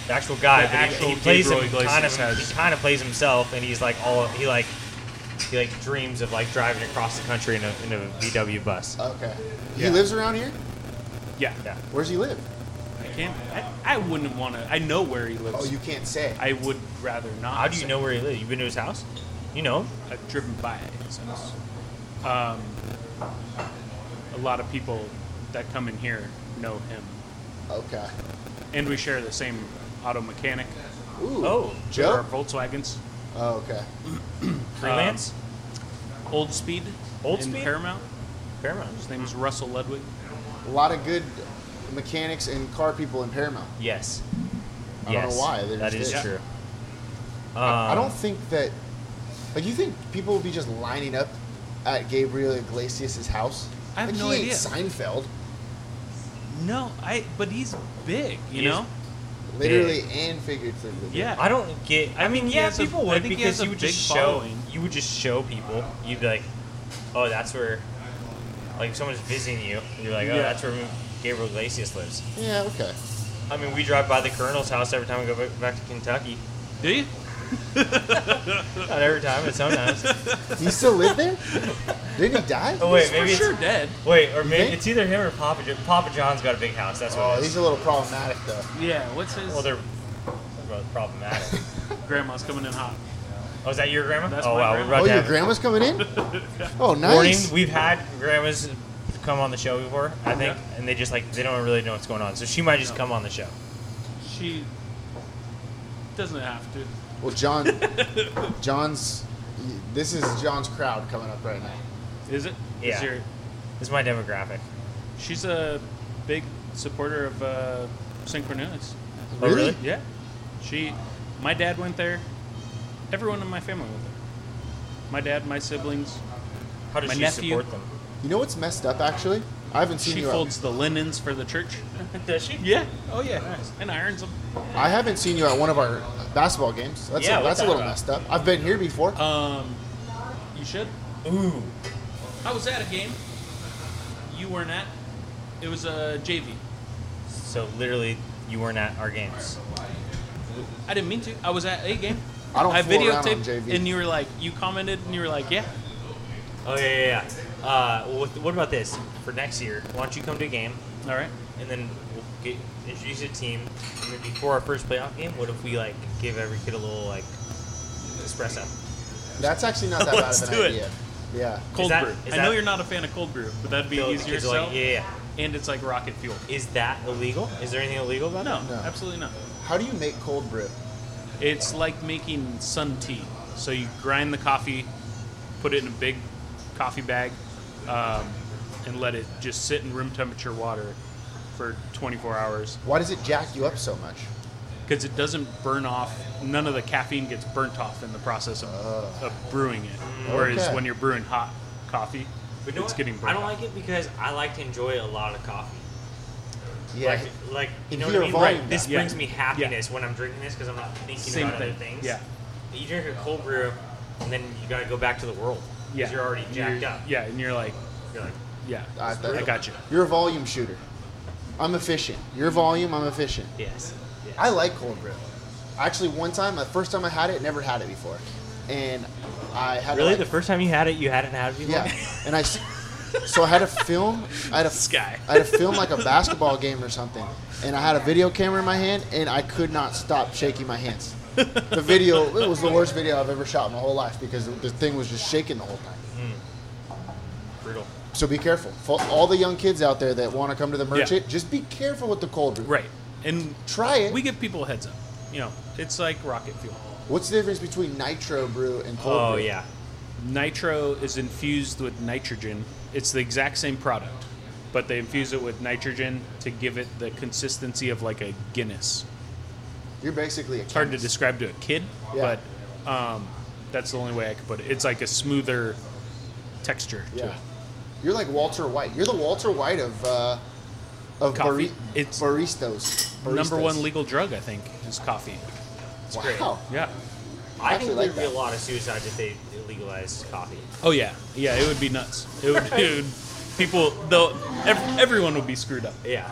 C: The actual guy,
E: The
C: but
E: actual
C: he, he plays him
E: Gabriel Iglesias
C: kind of.
E: has-
C: He kind of plays himself, and he's like all he like. He like dreams of like driving across the country in a, in a VW bus.
B: Okay. He
E: Yeah.
B: lives around here.
E: yeah.
C: Yeah.
B: Where's he live?
E: I can't. I, I wouldn't want to. I know where he lives.
B: Oh, you can't say.
E: I would rather not.
C: How do you
E: say.
C: know where he lives? You've been to his house? You know? him?
E: I've uh, driven by it since. Um, a lot of people that come in here know him,
B: Okay.
E: and we share the same auto mechanic.
B: Ooh.
C: Oh,
E: for Our
B: Joe.
E: Volkswagens,
B: Oh, okay.
C: Freelance?
E: Old Speed,
C: Old
E: in
C: Speed?
E: Um, Paramount.
C: Paramount.
E: His name is Russell Ludwig.
B: A lot of good mechanics and car people in Paramount.
C: Yes.
B: I don't know why, they
C: That
B: just did.
C: is true.
B: I
E: Um.
B: don't think that. Like, you think people will be just lining up at Gabriel Iglesias' house?
E: I have
B: like,
E: no
B: he
E: idea.
B: Ain't Seinfeld.
E: No, I. But he's big, you
C: He is
E: know.
B: Literally and figuratively.
E: Yeah.
C: I don't get. I,
E: I
C: mean,
E: think he
C: yeah,
E: has a-
C: people
E: I
C: would
E: think he
C: because
E: has a
C: you would just
E: big
C: show.
E: following.
C: You would just show people. You'd be like, oh, that's where. Like if someone's visiting you, you're like, oh,
E: Yeah.
C: that's where Gabriel Iglesias lives.
B: Yeah, okay.
C: I mean, we drive by the Colonel's house every time we go ba- back to Kentucky.
E: Do you?
C: Not every time, but sometimes.
B: He still lived there? Didn't he die?
C: Oh wait,
E: He's
C: maybe
E: for
C: it's,
E: sure dead.
C: wait, or maybe
B: think?
C: it's either him or Papa. Jo- Papa John's got a big house. That's what.
B: Oh,
C: it
B: he's
C: is.
B: a little problematic, though.
E: Yeah. What's his?
C: Well, they're they're both problematic.
E: grandma's coming in hot.
C: Oh, is that your grandma?
E: That's
C: oh
E: my
C: wow,
E: grandma.
C: we're about
B: Oh,
C: to
B: your
C: have
B: grandma's coming in? Oh, nice.
C: Warning, we've had grandmas come on the show before, I think, and they just like they don't really know what's going on. So she might just come on the show.
E: She doesn't have to.
B: Well, John, John's, this is John's crowd coming up right now.
E: Is it? Is
C: Yeah.
E: your-
C: This is my demographic. Oh,
E: she's a big supporter of uh, Synchronous.
C: Oh, really?
E: Yeah. She, my dad went there. Everyone in my family went there. My dad, my siblings.
C: How does
E: My
C: she
E: nephew.
C: support them?
B: You know what's messed up, actually? I haven't seen
E: She
B: you.
E: folds the linens for the church.
C: Does she?
E: Yeah. Oh yeah. And irons them.
B: At, I haven't seen you at one of our basketball games. That's
C: Yeah,
B: a, that's
C: what's
B: a
C: that
B: little
C: about?
B: messed up. I've been here before.
E: Um, you should.
C: Ooh.
E: I was at a game. You weren't at. It was a JV.
C: So literally, you weren't at our games.
E: I didn't mean to. I was at a game.
B: I don't
E: I
B: fool around on
E: videotaped,
B: JV.
E: and you were like, you commented, and you were like, yeah.
C: Oh yeah, yeah. yeah. Uh, well, what- what about this for next year? Why don't you come to a game
E: All right.
C: and then we'll get introduce a team? And then before our first playoff game, what if we like give every kid a little like espresso?
B: That's actually not that bad
E: Let's
B: of an
E: do it.
B: idea. Yeah.
E: Cold
C: that-
E: brew.
C: is
E: I know
C: that-
E: you're not a fan of cold brew, but that'd be
C: So the
E: easier
C: kids
E: to
C: are
E: sell.
C: like, yeah, yeah. yeah.
E: And it's like rocket fuel.
C: Is that illegal? Is there anything illegal
E: No,
C: about it?
E: absolutely not.
B: How do you make cold brew?
E: It's like making sun tea. So you grind the coffee, put it in a big coffee bag, um, and let it just sit in room temperature water for 24 hours
B: Why does it jack you up so much?
E: because it doesn't burn off. None of the caffeine gets burnt off in the process of, of brewing it. Whereas
B: Oh. Okay.
E: when you're brewing hot coffee,
C: But you know
E: it's
C: what?
E: getting
C: I
E: burnt.
C: don't
E: off.
C: like it because I like to enjoy a lot of coffee.
B: Yeah.
C: Like, like you
B: If
C: know what
B: you're
C: I mean?
B: volume
C: Right. This
E: down.
C: brings
E: Yeah.
C: me happiness when I'm drinking this because I'm not thinking
E: Same
C: about
E: thing.
C: other things.
E: Yeah.
C: But you drink a cold brew, and then you gotta go back to the world. 'cause You're already jacked
E: You're-
C: up.
E: Yeah, and you're like,
C: You're like,
E: yeah,
B: I-
E: I got you.
B: You're a volume shooter. I'm efficient. You're volume. I'm efficient.
C: yes. yes.
B: I like cold brew. Actually, one time, the first time I had it, never had it before, and I had to,
C: really
B: like-
C: the first time you had it, you hadn't had it before.
B: Yeah, and I s- so I had to film. I had a
E: guy.
B: I had to film like a basketball game or something, and I had a video camera in my hand, and I could not stop shaking my hands. The video it was the worst video I've ever shot in my whole life because the thing was just shaking the whole time.
C: Brutal.
B: So be careful. For all the young kids out there that want to come to the merchant,
E: Yeah.
B: just be careful with the cold brew.
E: Right. And
B: Try it.
E: we give people a heads up. You know, it's like rocket fuel.
B: What's the difference between nitro brew and cold
C: Oh
B: brew?
C: yeah.
E: Nitro is infused with nitrogen. It's the exact same product, but they infuse it with nitrogen to give it the consistency of like a Guinness.
B: You're basically a
E: It's hard to describe to a kid,
B: Yeah.
E: but um, that's the only way I could put it. It's like a smoother texture. to
B: Yeah.
E: it.
B: You're like Walter White. You're the Walter White of uh, of
E: Coffee.
B: bari-
E: It's
B: baristas. baristas.
E: Number one legal drug, I think, is coffee.
B: Wow.
C: great.
E: Yeah.
C: I,
B: actually
C: think
B: like
C: there'd be a
B: that.
C: lot of suicides if they legalized coffee.
E: Oh yeah, yeah. It would be nuts. It would, it would people though. Ev- everyone would be screwed up.
C: Yeah.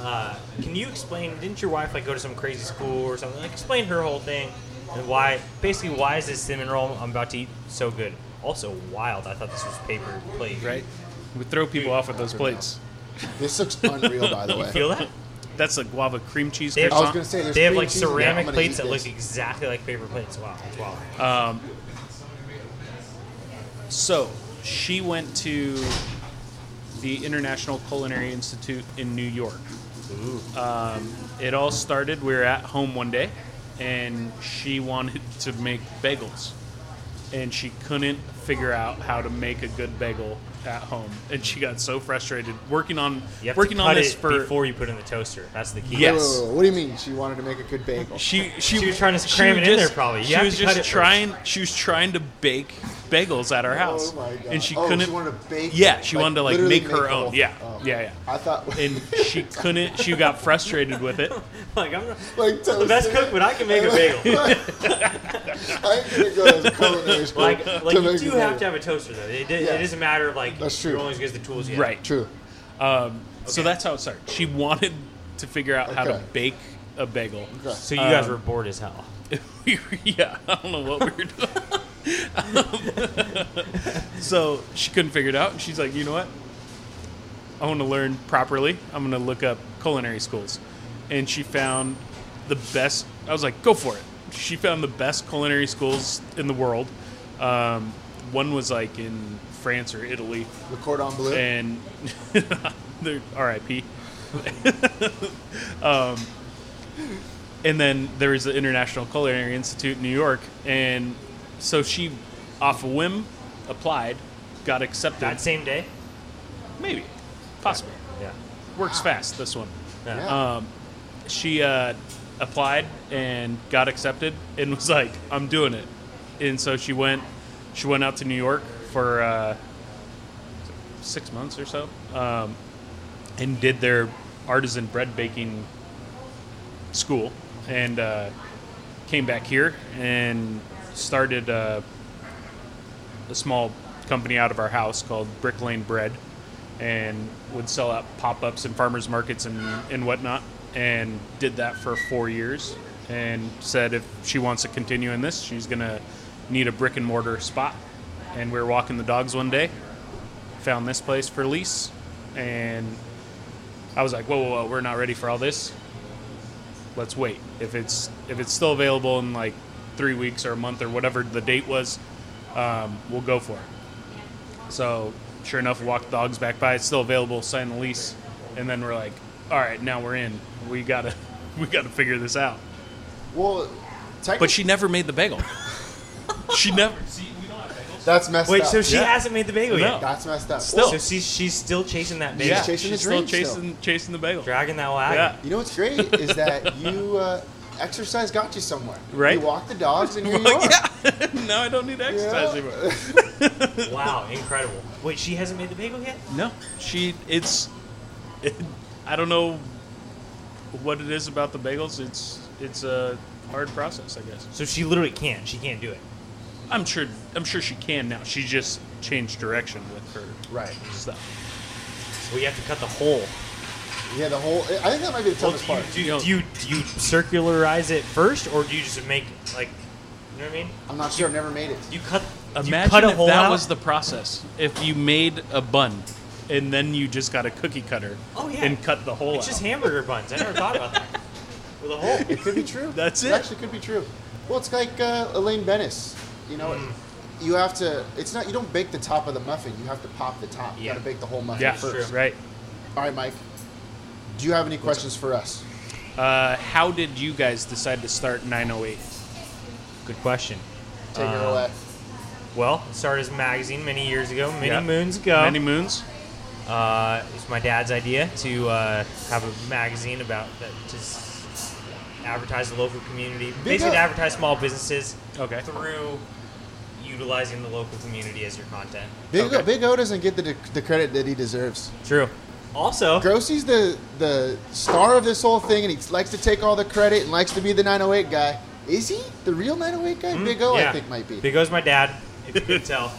C: Uh, can you explain? Didn't your wife like go to some crazy school or something? Like explain her whole thing and why. Basically, why is this cinnamon roll I'm about to eat so good? Also wild. I thought this was paper plate.
E: Right. We throw people off with those plates.
B: This looks unreal, by the
C: You
B: way.
C: feel that?
E: that's a guava cream cheese
C: They have,
B: I was gonna say,
E: croissant.
B: there's
C: they have
B: cream
C: like
B: cheese in there. I'm
C: ceramic
B: gonna
C: plates
B: eat
C: that
B: this.
C: look exactly like paper plates. Wow. Wow.
E: So she went to the International Culinary Institute in New York. Um, it all started. We were at home one day, and she wanted to make bagels, and she couldn't figure out how to make a good bagel at home, and she got so frustrated working on
C: You have
E: working
C: to
E: on
C: cut
E: this
C: it
E: for.
C: before you put it in the toaster. That's the key.
E: Yes.
B: Whoa, whoa, whoa, What do you mean? She wanted to make a good bagel.
E: She, she
C: She was trying to cram
E: was
C: it in there probably. You
E: she
C: have
E: was
C: to cut
E: just
C: it first.
E: trying. She was trying to bake bagels at our house,
B: Oh my god.
E: and she
B: oh,
E: couldn't.
B: She wanted to bake.
E: Yeah,
B: it.
E: she wanted to like
B: literally
E: make her
B: the
E: own.
B: whole-
E: Yeah,
B: oh.
E: yeah, yeah.
B: I thought
E: And she couldn't. She got frustrated with it.
C: Like I'm, not,
B: like
C: I'm the best cook, but I can make a bagel.
B: I ain't gonna go to culinary school.
C: Like,
B: to
C: like you
B: make
C: do
B: a
C: have to
B: bagel.
C: have a toaster though. It,
B: Yeah.
C: it is a matter of like
B: That's true.
C: you're only as good as the tools you have.
E: Right.
B: True.
E: Um, So that's how it started. She wanted to figure out how to
B: Okay.
E: bake a bagel.
C: So you guys
E: Um,
C: were bored as hell.
E: We were- yeah, I don't know what we were doing. Um, so she couldn't figure it out. And she's like, you know what? I want to learn properly. I'm going to look up culinary schools. And she found the best. I was like, go for it. She found the best culinary schools in the world. Um, one was like in France or Italy.
B: The cordon bleu.
E: And they're RIP. Um, and then there was the International Culinary Institute in New York, and so she, off a whim, applied, got accepted.
C: That same day.
E: Maybe, possibly.
C: Yeah.
E: Works fast. This one. Um,
B: yeah.
E: She uh, applied and got accepted, and was like, "I'm doing it." And so she went. She went out to New York for uh, six months or so, um, and did their artisan bread baking school, and uh, came back here and started uh, a small company out of our house called Brick Lane Bread, and would sell out pop ups and farmers markets and and whatnot, and did that for four years, and said if she wants to continue in this, she's gonna need a brick and mortar spot. And we were walking the dogs one day, found this place for lease, and I was like, whoa, whoa, whoa, we're not ready for all this. Let's wait. If it's if it's still available in like three weeks or a month or whatever the date was, um, we'll go for it. So sure enough, walked dogs back by. It's still available. Sign the lease, and then we're like, all right, now we're in. We gotta we gotta figure this out.
B: well, technically,
E: But she never made the bagel. she never. See, we don't have bagels.
B: that's messed
C: Wait,
B: up.
C: so she
E: Yeah.
C: hasn't made the bagel
E: No.
C: yet.
B: that's messed up.
E: Still.
C: So she's she's still chasing that bagel.
E: yeah,
B: chasing the
E: she's still
B: dream still.
E: chasing chasing the bagel.
C: Dragging that wagon.
E: Yeah.
B: You know what's great is that you uh, exercise got you somewhere.
E: Right.
B: You walk the dogs and here you
E: Well,
B: are.
E: yeah. now I don't need to exercise
B: Yeah.
E: anymore.
C: Wow, incredible. Wait, she hasn't made the bagel yet?
E: No, she. It's. It, I don't know what it is about the bagels. It's it's a hard process, I guess.
C: So she literally can't. She can't do it.
E: I'm sure. I'm sure she can now. She just changed direction with her
B: Right.
E: stuff.
C: Well, you have to cut the hole.
B: Yeah, the whole. I think that might be the
C: Well,
B: toughest
C: do, you,
B: part.
C: do,
E: You
C: you,
E: know-
C: do you do you circularize it first, or do you just make like, you know what I mean?
B: I'm not sure. I've never made it.
C: You cut.
E: Imagine
C: you cut a
E: if
C: hole
E: that
C: out.
E: was the process. If you made a bun, and then you just got a cookie cutter.
C: Oh, yeah.
E: And cut the hole
C: It's just
E: out.
C: hamburger buns. I never thought about that. With a hole.
B: It could be true.
E: That's it.
B: actually could be true. Well, it's like uh, Elaine Bennis. You know, you have to. It's not. You don't bake the top of the muffin. You have to pop the top. You
C: Yeah.
B: got to bake the whole muffin
E: yeah.
B: first.
E: Right.
B: All right, Mike. Do you have any questions for us?
E: Uh, how did you guys decide to start 908?
C: Good question.
B: Take it away.
C: Well, it started as a magazine many years ago, many
E: Yeah.
C: moons ago.
E: Many moons.
C: Uh, it was my dad's idea to uh, have a magazine about that just advertise the local community, basically to
B: up.
C: advertise small businesses
E: Okay.
C: through utilizing the local community as your content.
B: Big
E: Okay.
B: O, Big O doesn't get the, the credit that he deserves.
C: True. Also,
B: Grossy's the the star of this whole thing, and he likes to take all the credit and likes to be the 908 guy. Is he the real 908 guy? Big O, I think might be.
C: Big O's my dad, if you could tell.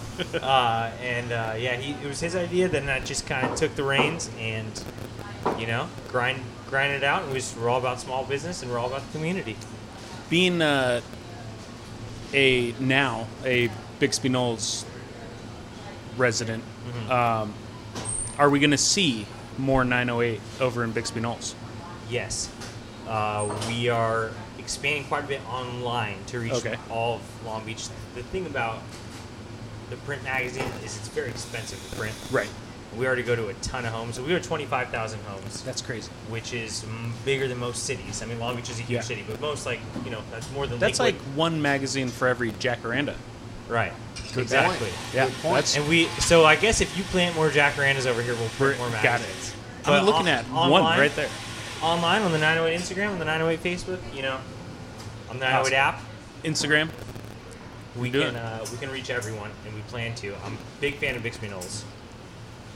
C: Uh, and uh, yeah, he, it was his idea. Then I just kind of took the reins and, you know, grind grind it out. It was, we're all about small business and we're all about the community.
E: being uh, a now a Bixby Knowles resident, oh um, are we going to see more 908 over in Bixby Knowles?
C: yes. Uh, we are expanding quite a bit online to reach
E: Okay.
C: all of Long Beach. The thing about the print magazine is it's very expensive to print.
E: Right.
C: We already go to a ton of homes. We go to 25,000 homes.
E: That's crazy.
C: which is mm, bigger than most cities. I mean, Long Beach is a huge
E: Yeah.
C: city, but most like you know that's more than
E: That's like
C: Lakewood.
E: one magazine for every jacaranda.
C: right, exactly.
E: Yeah, that's
C: And we so I guess if you plant more jacarandas over here, we'll print more
E: got it.
C: magazines.
E: I'm
C: But
E: looking
C: on-
E: at one
C: online-
E: right there.
C: Online on the 908 Instagram, on the 908 Facebook, you know, on the 908
E: Awesome.
C: app,
E: Instagram.
C: we
E: Do
C: can
E: it.
C: uh, we can reach everyone, and we plan to. I'm a big fan of Bixby Knowles.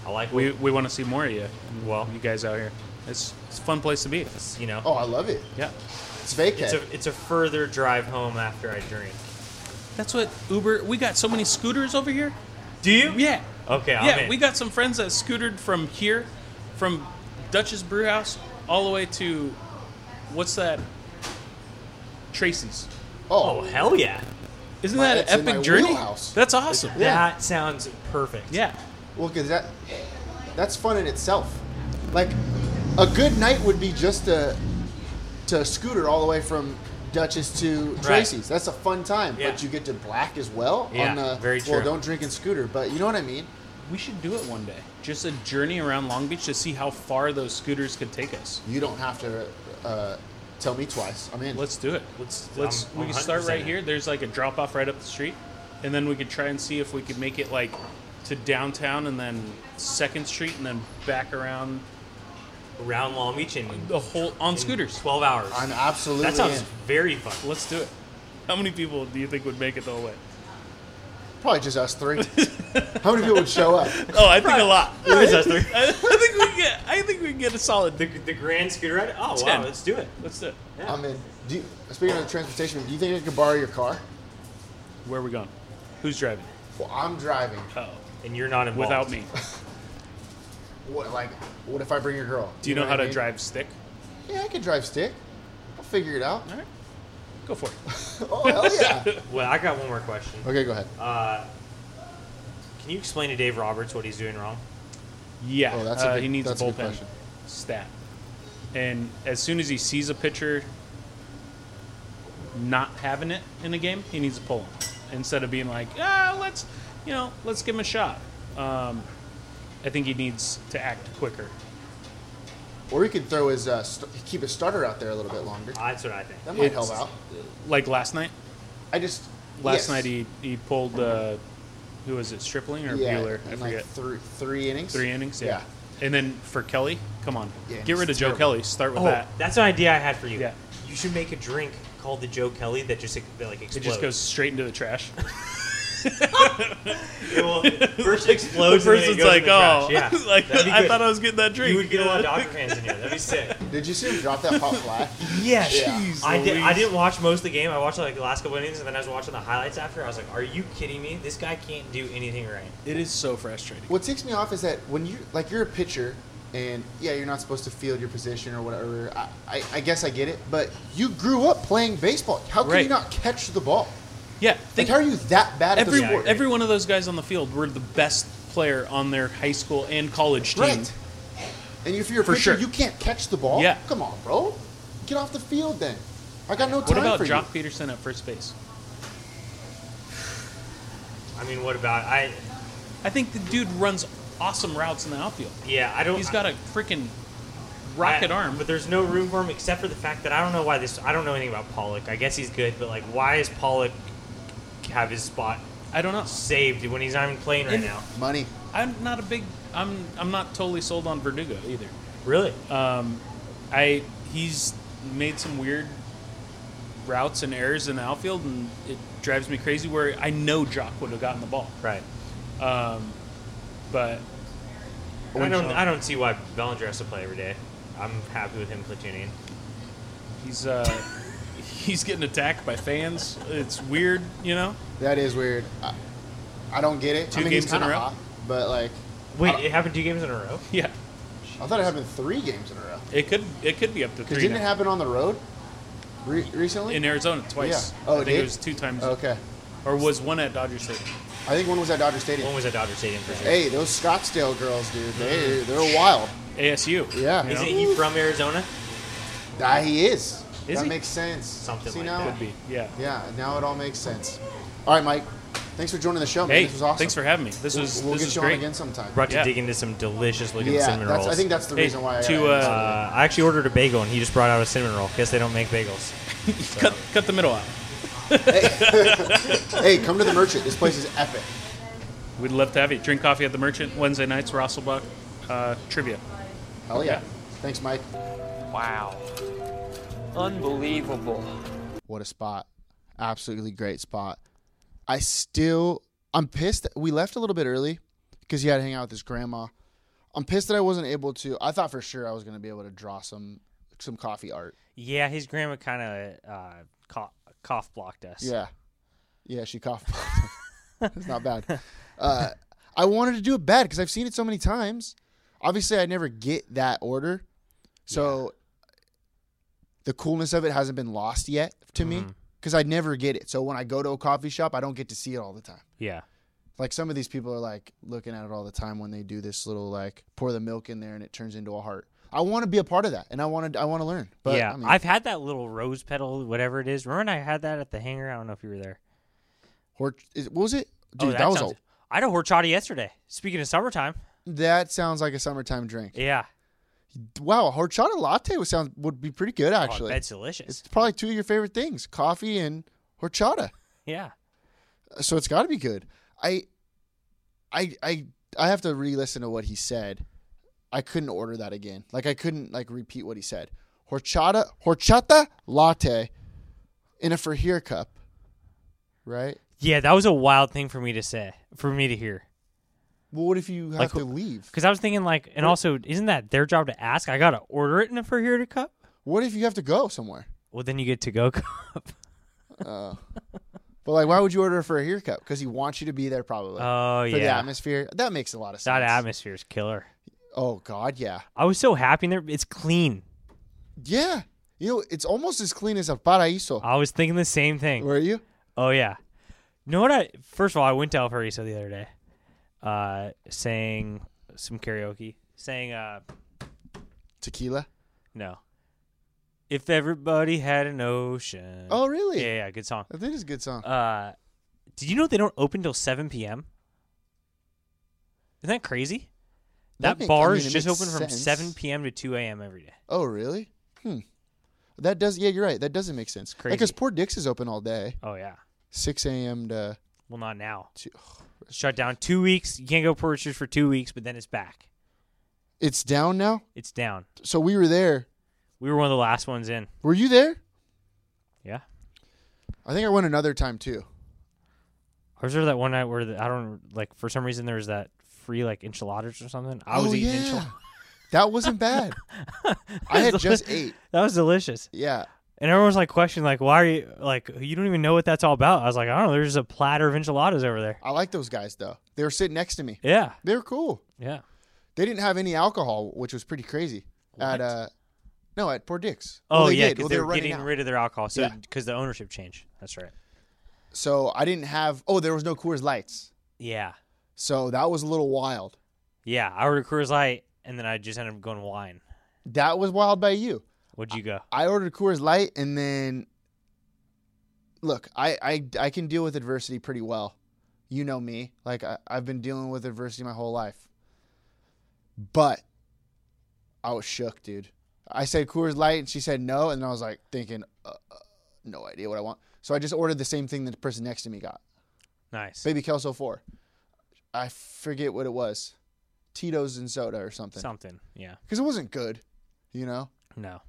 C: I like
E: We,
C: we
E: we want to see more of you.
C: well
E: You guys out here. It's, it's a fun place to be.
C: you know
B: Oh, I love it.
E: Yeah.
B: It's
C: it's
B: vacay.
C: a it's a further drive home after I drink.
E: That's what Uber. We got so many scooters over here.
C: Do you?
E: Yeah.
C: Okay. I'm
E: yeah,
C: in.
E: we got some friends that scootered from here, from Dutch's Brewhouse, all the way to what's that? Tracy's.
C: Oh hell yeah!
E: Isn't
B: My-
E: that
B: it's
E: an
B: in
E: epic
B: my
E: journey?
B: wheelhouse.
E: That's awesome.
C: That sounds perfect.
E: Yeah.
B: Well, because that that's fun in itself. Like a good night would be just to to scooter all the way from Duchess to Tracy's. That's a fun time.
C: Yeah.
B: But you get to black as well.
C: Yeah,
B: On the,
C: very
B: Well,
C: true.
B: don't drink and scooter, but you know what I mean.
E: We should do it one day. Just a journey around Long Beach to see how far those scooters could take us.
B: You don't have to uh, tell me twice. I'm in.
E: Let's do it.
C: Let's-
E: let's
C: I'm
E: we can start
C: 100%
E: right
C: in.
E: here. There's like a drop off right up the street, and then we could try and see if we could make it like to downtown and then Second Street and then back around
C: Around Long Beach in
E: the whole on
C: in
E: Oh, scooters.
C: Twelve hours.
B: I'm absolutely
C: that sounds
B: in.
C: very fun.
E: Let's do it. How many people do you think would make it the whole way?
B: Probably just us three. How many people would show up?
E: Oh, I think a lot.
C: Where is us three?
E: I think we get. I think we can get a solid.
C: The, the grand scooter ride. Oh
E: Ten.
C: wow, let's do it.
E: Let's do it.
B: I'm in. Do you, speaking of transportation, do you think I could borrow your car?
E: Where are we going? Who's driving?
B: Well, I'm driving.
E: Oh,
C: And you're not involved.
E: without me.
B: What, like, what if I bring your girl?
E: Do you know
B: what
E: how
B: I
E: to
B: mean?
E: drive stick?
B: Yeah, I can drive stick. I'll figure it out.
E: All right, go for it.
B: Oh hell yeah!
C: Well, I got one more question.
B: okay, go ahead.
C: Can you explain to Dave Roberts what he's doing wrong?
E: Yeah,
B: Oh, that's a
E: uh,
B: good-
E: he needs
B: that's
E: a
B: a good
E: bullpen
B: question.
E: stat. And as soon as he sees a pitcher not having it in a game, he needs to pull him instead of being like, ah, let's, you know, let's give him a shot. Um, I think he needs to act quicker.
B: or he could throw his uh, st- keep his starter out there a little bit longer.
C: That's what I think.
B: That might
E: It's-
B: help out.
E: Like last night.
B: I just yes.
E: Last night he he pulled uh, who was it, Stripling or
B: yeah,
E: Bueller? I
B: in,
E: forget.
B: Like three, three innings.
E: Three innings. Yeah. And then for Kelly, come on,
B: Yeah,
E: get rid
B: it's
E: of Joe
B: terrible.
E: Kelly. Start with
C: Oh,
E: that.
C: that's an idea I had for you.
E: Yeah.
C: You should make a drink called the Joe Kelly that just that like explodes.
E: It just goes straight into the trash.
C: It will first explodes.
E: the
C: and then it
E: person's
C: goes
E: like,
C: in the trash.
E: oh,
C: yeah.
E: like
C: That'd be
E: I
C: good.
E: thought I was getting that drink.
C: You would get a lot of Dodger fans in here. That'd be sick.
B: Did you see him drop that pop fly?
C: Yes.
B: Jeez
C: I did. I didn't watch most of the game. I watched like the last couple innings, and then I was watching the highlights after. I was like, "Are you kidding me? This guy can't do anything right."
E: It is so frustrating.
B: What takes me off is that when you like you're a pitcher, and yeah, you're not supposed to field your position or whatever. I, I, I guess I get it, but you grew up playing baseball. How can
E: Right.
B: you not catch the ball?
E: Yeah,
B: Like,
E: think
B: how are you that bad at
E: every
B: the sport?
E: every one of those guys on the field were the best player on their high school and college team.
B: Right. And if you're a
E: For
B: pitcher,
E: sure.
B: you can't catch the ball.
E: Yeah.
B: Come on, bro. Get off the field then. I got no time
E: What about
B: for
E: Jock Peterson at first base?
C: I mean, what about I?
E: I think the dude runs awesome routes in the outfield.
C: Yeah, I don't.
E: He's got a freaking rocket arm.
C: but there's no room for him except for the fact that I don't know why this. I don't know anything about Pollock. I guess he's good, but like, why is Pollock have his spot
E: I don't know.
C: saved when he's not even playing right
E: And-
C: now?
B: you. Money.
E: I'm not a big. I'm I'm not totally sold on Verdugo either.
C: Really?
E: I he's made some weird routes and errors in the outfield, and it drives me crazy. Where I know Jock would have gotten the ball,
C: right.
E: but
C: I don't. I don't see why Bellinger has to play every day. I'm happy with him platooning.
E: he's uh, he's getting attacked by fans. It's weird, you know.
B: That is weird. I, I don't get it.
E: Two
B: I mean, he's
E: games in a
B: kinda
E: row?
B: hot, but like,
C: Wait, Uh, it happened two games in a row.
E: Yeah,
B: I thought it happened three games in a row.
E: it could it could be up to
B: Because
E: three
B: didn't it
E: now.
B: happen on the road re- recently?
E: in Arizona twice.
B: Yeah. Oh,
E: I
B: it
E: think it
B: did?
E: was two times,
B: okay.
E: or was one at Dodger Stadium.
B: I think one was at Dodger Stadium.
C: One
E: Oh.
C: was at Dodger Stadium for sure.
B: Hey, those
E: Mm-hmm.
B: Scottsdale girls, dude. They they're wild.
E: ASU.
B: Yeah.
E: you
C: Is
E: know?
C: it he from Arizona?
B: Ah, he is.
E: Is
B: that
E: he?
B: makes sense.
G: Something
B: See
G: like
B: now?
G: that.
E: Be- Yeah.
B: Yeah, now it all makes sense. All right, Mike. Thanks for joining the show, man.
E: Hey,
B: this was awesome.
E: thanks for having me. This
B: We'll,
E: was
B: we'll
E: this
B: get
E: was
B: you
E: great.
B: on again sometime.
G: Brought
E: Yeah.
G: to dig into some delicious looking
B: Yeah,
G: cinnamon
B: that's,
G: rolls.
B: I think that's the
E: Hey,
B: reason why. I
E: to,
B: gotta ask.
G: Uh, I actually ordered a bagel and he just brought out a cinnamon roll. Guess they don't make bagels.
E: Cut cut the middle out.
B: hey, come to the merchant. This place is epic.
E: We'd love to have you. Drink coffee at the Merchant Wednesday nights, Rosselbach uh, trivia.
B: Hell yeah. Thanks, Mike.
H: Wow. Unbelievable.
B: What a spot. Absolutely great spot. I still, I'm pissed. that We left a little bit early because he had to hang out with his grandma. I'm pissed that I wasn't able to. I thought for sure I was going to be able to draw some some coffee art.
C: Yeah, his grandma kind of uh, cough, cough blocked us.
B: Yeah. Yeah, she coughed. It's not bad. Uh, I wanted to do it bad because I've seen it so many times. Obviously, I never get that order. So the coolness of it hasn't been lost yet to me
C: Mm-hmm.
B: because I never get it. So when I go to a coffee shop, I don't get to see it all the time.
C: Yeah.
B: Like some of these people are like looking at it all the time when they do this little like pour the milk in there and it turns into a heart. I want to be a part of that and I want to I want to learn. But
C: yeah,
B: I mean,
C: I've had that little rose petal, whatever it is. Remember, when I had that at the hangar. I don't know if you were there.
B: hor- is, what was it? Dude,
C: oh,
B: that,
C: that,
B: was
C: sounds-
B: a,
C: I had a horchata yesterday. Speaking of summertime,
B: that sounds like a summertime drink.
C: yeah,
B: Wow, a horchata latte would sound would be pretty good
C: oh,
B: actually.
C: that's delicious.
B: It's probably two of your favorite things: coffee and horchata.
C: yeah,
B: So it's got to be good. I, I, I, I have to re-listen to what he said. I couldn't order that again. Like I couldn't like repeat what he said. Horchata, horchata latte, in a Fahir cup. Right.
C: yeah, that was a wild thing for me to say, for me to hear,
B: Well, what if you have
C: Like,
B: to leave?
C: because I was thinking like, and also, isn't that their job to ask? I gotta order it in a Ferhira cup.
B: What if you have to go somewhere?
C: Well, then you get to go cup.
B: But like, why would you order a Fahir cup? Because he wants you to be there, probably.
C: Oh
B: for the
C: yeah,
B: atmosphere. That makes a lot of sense.
C: that atmosphere's killer.
B: oh God, yeah.
C: I was so happy in there. It's clean.
B: Yeah. You know, it's almost as clean as a paraíso.
C: I was thinking the same thing.
B: Were you?
C: Oh yeah. You know what I first of all I went to El Paraiso the other day. Uh sang some karaoke. Sang uh
B: Tequila.
C: no. If everybody had an ocean.
B: Oh, really?
C: Yeah, yeah, good song.
B: I think it's a good song.
C: Uh did you know they don't open till seven PM? Isn't that crazy?
B: That
C: That,
B: make- I
C: bar
B: mean,
C: is
B: it
C: just
B: makes
C: open from
B: sense.
C: seven PM to two AM every day.
B: oh, really? Hmm. That does. Yeah, you're right. That doesn't make sense.
C: Crazy.
B: Because Port Dix is open all day,
C: Oh yeah.
B: 6 a.m. to.
C: Well not now.
B: Two-
C: Shut down two weeks. You can't go purchase for two weeks, but then it's back.
B: It's down now.
C: It's down.
B: So we were there.
C: We were one of the last ones in.
B: Were you there?
C: Yeah.
B: I think I went another time too.
C: I was there that one night where the, I don't like for some reason there was that free like enchiladas or something. I
B: oh
C: was eating
B: yeah.
C: enchiladas.
B: That wasn't bad. I had just ate.
C: That was delicious.
B: Yeah.
C: And everyone was like questioning like why are you like you don't even know what that's all about. I was like, I don't know, there's just a platter of enchiladas over there.
B: I like those guys though. They were sitting next to me.
C: Yeah.
B: They were cool.
C: Yeah.
B: They didn't have any alcohol, which was pretty crazy. At uh, no, at Port Dix.
C: Oh
B: Well, they
C: yeah,
B: did.
C: because
B: Well,
C: they
B: were
C: were
B: running
C: getting
B: out.
C: rid of their alcohol. So
B: Yeah.
C: because the ownership changed. That's right.
B: So I didn't have. Oh, there was no Coors Lights.
C: Yeah.
B: So that was a little wild.
C: Yeah. I ordered Coors Light and then I just ended up going wine.
B: That was wild by you.
C: What'd you go?
B: I ordered Coors Light, and then look, I I, I can deal with adversity pretty well. You know me. Like I, I've been dealing with adversity my whole life. But I was shook, dude. I said Coors Light, and she said no, and I was like thinking, uh, uh, no idea what I want. So I just ordered the same thing that the person next to me got.
C: Nice.
B: Baby Kelso four. I forget what it was, Tito's and soda or something.
C: Something. Yeah.
B: Because it wasn't good, you know.
C: No.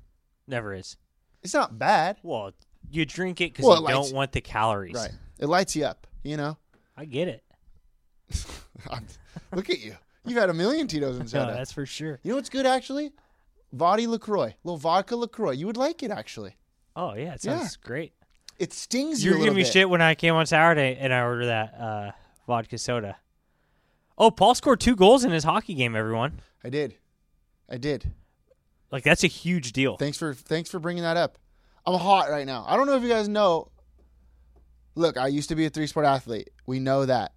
C: Never is.
B: It's not bad,
C: Well, you drink it because
B: Well, it
C: you
B: lights-
C: don't want the calories.
B: right? It lights you up, you know.
C: I get it.
B: I'm- look at you. You've had a million Tito's and
C: No,
B: soda.
C: that's for sure.
B: you know what's good actually? Vodka Lacroix, little vodka Lacroix. You would like it actually.
C: Oh yeah, it
B: Yeah.
C: sounds great.
B: It stings you.
C: You're
B: a
C: giving
B: little
C: me
B: bit.
C: shit when I came on Saturday and I ordered that uh, vodka soda. Oh, Paul scored two goals in his hockey game. Everyone,
B: I did. I did.
C: like that's a huge deal.
B: Thanks for thanks for bringing that up. I'm hot right now. I don't know if you guys know. Look, I used to be a three sport athlete. We know that.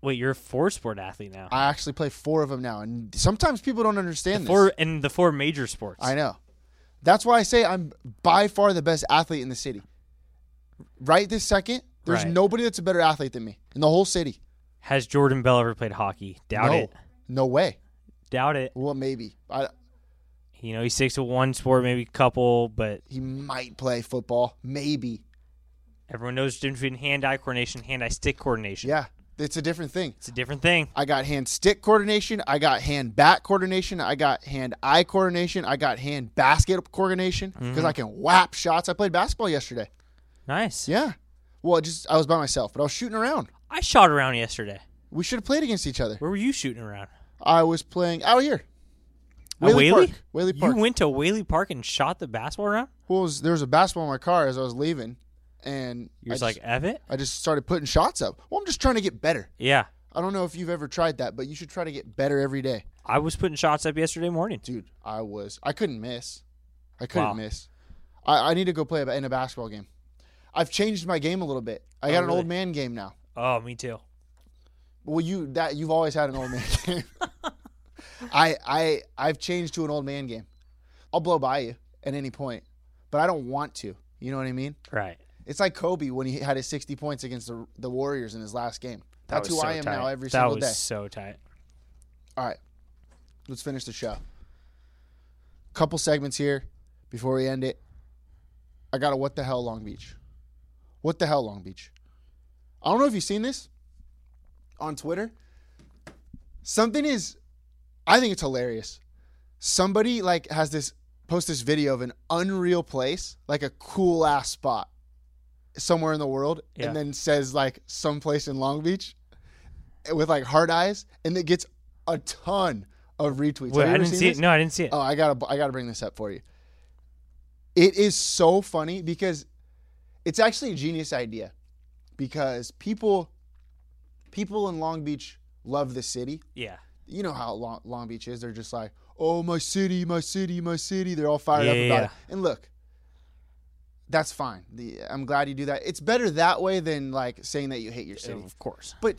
C: Wait, you're a four sport athlete now.
B: I actually play four of them now, and sometimes people don't understand this.
C: Four and the four major sports.
B: I know. That's why I say I'm by far the best athlete in the city. Right this second, there's
C: Right.
B: nobody that's a better athlete than me in the whole city.
C: Has Jordan Bell ever played hockey? Doubt
B: no,
C: it.
B: no way.
C: Doubt it.
B: Well, maybe I,
C: You know, he's six to one sport, maybe couple, but
B: he might play football. Maybe,
C: everyone knows the difference between hand-eye coordination, hand-eye stick coordination.
B: yeah. It's a different thing.
C: It's a different thing.
B: I got hand stick coordination. I got hand bat coordination. I got hand eye coordination. I got hand basket coordination because
C: Mm-hmm.
B: I can whap shots. I played basketball yesterday.
C: Nice.
B: Yeah. Well, it just I was by myself, but I was shooting around.
C: I shot around yesterday.
B: We should have played against each other.
C: Where were you shooting around?
B: I was playing out here.
C: At
B: Whaley
C: Whaley?
B: Park. Whaley Park.
C: You went to Whaley Park and shot the basketball around?
B: Well, was, there was a basketball in my car as I was leaving, and
C: You was
B: I
C: like,
B: just,
C: "Ev it?
B: I just started putting shots up. Well, I'm just trying to get better.
C: Yeah.
B: I don't know if you've ever tried that, but you should try to get better every day,
C: I was putting shots up yesterday morning.
B: dude. I was. I couldn't miss. I couldn't
C: Wow.
B: miss. I, I need to go play in a basketball game. I've changed my game a little bit. I got an
C: Oh, really?
B: old man game now.
C: Oh, me too.
B: Well, you that you've always had an old man game. I I I've changed to an old man game. I'll blow by you at any point, but I don't want to. You know what I mean?
C: Right.
B: It's like Kobe when he had his 60 points against the, the Warriors in his last game.
C: That
B: That's
C: was
B: who
C: so
B: I am
C: tight.
B: now every
C: that
B: single
C: was
B: day.
C: so tight.
B: All right, let's finish the show. Couple segments here before we end it. I got a what the hell Long Beach. What the hell Long Beach? I don't know if you've seen this on Twitter. Something is, I think it's hilarious. Somebody like has this post this video of an unreal place, like a cool ass spot somewhere in the world,
C: Yeah.
B: and then says like someplace in Long Beach with like hard eyes, and it gets a ton of retweets.
C: Wait,
B: Have you
C: I
B: ever
C: didn't
B: seen
C: see
B: this?
C: it. No, I didn't see it.
B: Oh, I gotta, I gotta bring this up for you. It is so funny because it's actually a genius idea because people, people in Long Beach love the city.
C: yeah.
B: You know how Long, Long Beach is. They're just like, oh, my city, my city, my city. They're all fired up
C: Yeah,
B: about
C: yeah.
B: it. And look, that's fine. The, I'm glad you do that. It's better that way than like saying that you hate your city.
C: Of course.
B: But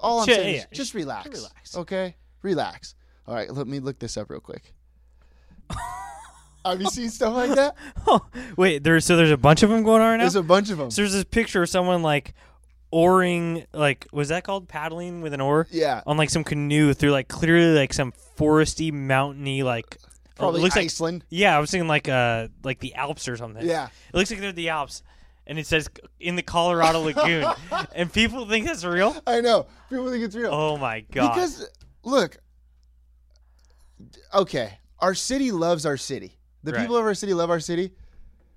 B: all I'm
C: Sure,
B: saying
C: yeah,
B: is just relax.
C: relax.
B: Okay? Relax. All right, let me look this up real quick. Have you seen stuff like that?
C: Wait, there's so there's a bunch of them going on right now.
B: There's a bunch of them.
C: So there's this picture of someone like oaring, like was that called paddling with an oar?
B: Yeah.
C: On like some canoe through like clearly like some foresty, mountainy like. oh,
B: Probably
C: it looks like
B: Iceland.
C: yeah, I was thinking like uh like the Alps or something.
B: Yeah.
C: it looks like they're the Alps, and it says in the Colorado Lagoon, and people think that's real.
B: I know. People think it's real.
C: Oh my god!
B: Because look, okay, our city loves our city. The
C: Right.
B: people of our city love our city.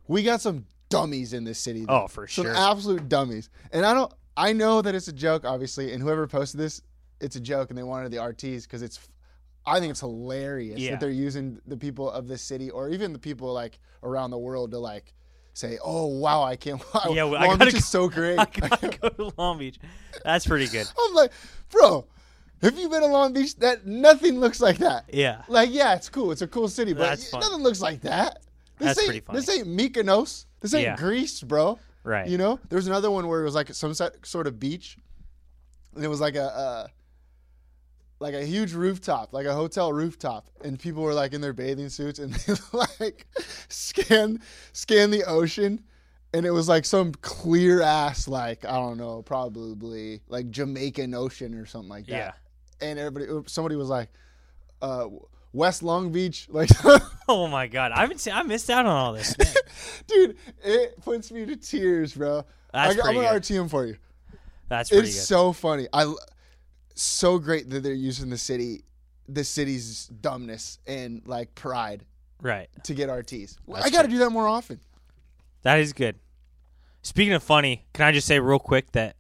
B: We got some dummies in this city.
C: Oh, for
B: some
C: sure.
B: absolute dummies. And I don't. I know that it's a joke, obviously, and whoever posted this, it's a joke, and they wanted the RTs because it's. I think it's hilarious
C: Yeah.
B: that they're using the people of this city or even the people like around the world to like say, "Oh wow, I can't." Wow,
C: yeah, well, I
B: Long
C: gotta
B: Beach is so
C: go-
B: great.
C: I gotta go to Long Beach. That's pretty good.
B: I'm like, bro, have you been to Long Beach? That nothing looks like that.
C: Yeah.
B: Like, yeah, it's cool. It's a cool city, but
C: That's fun.
B: nothing looks like that. This
C: That's
B: ain't,
C: pretty funny.
B: This ain't Mykonos. This ain't
C: Yeah.
B: Greece, bro.
C: Right.
B: You know, there was another one where it was like some si- sort of beach, and it was like a. Uh, like a huge rooftop, like a hotel rooftop, and people were like in their bathing suits and they like scan scan the ocean, and it was like some clear ass like I don't know, probably like Jamaican ocean or something like that.
C: Yeah.
B: And everybody, somebody was like, uh, West Long Beach, like.
C: Oh my god! I haven't seen. I missed out on all this.
B: Dude, it puts me to tears, bro. I,
C: That's
B: am
C: pretty
B: gonna
C: good.
B: RTM for you.
C: That's pretty
B: It's
C: good.
B: so funny. I l- so great that they're using the city, the city's dumbness and like pride
C: right.
B: to get RTs. I got to do that more often.
C: That is good. Speaking of funny, can I just say real quick that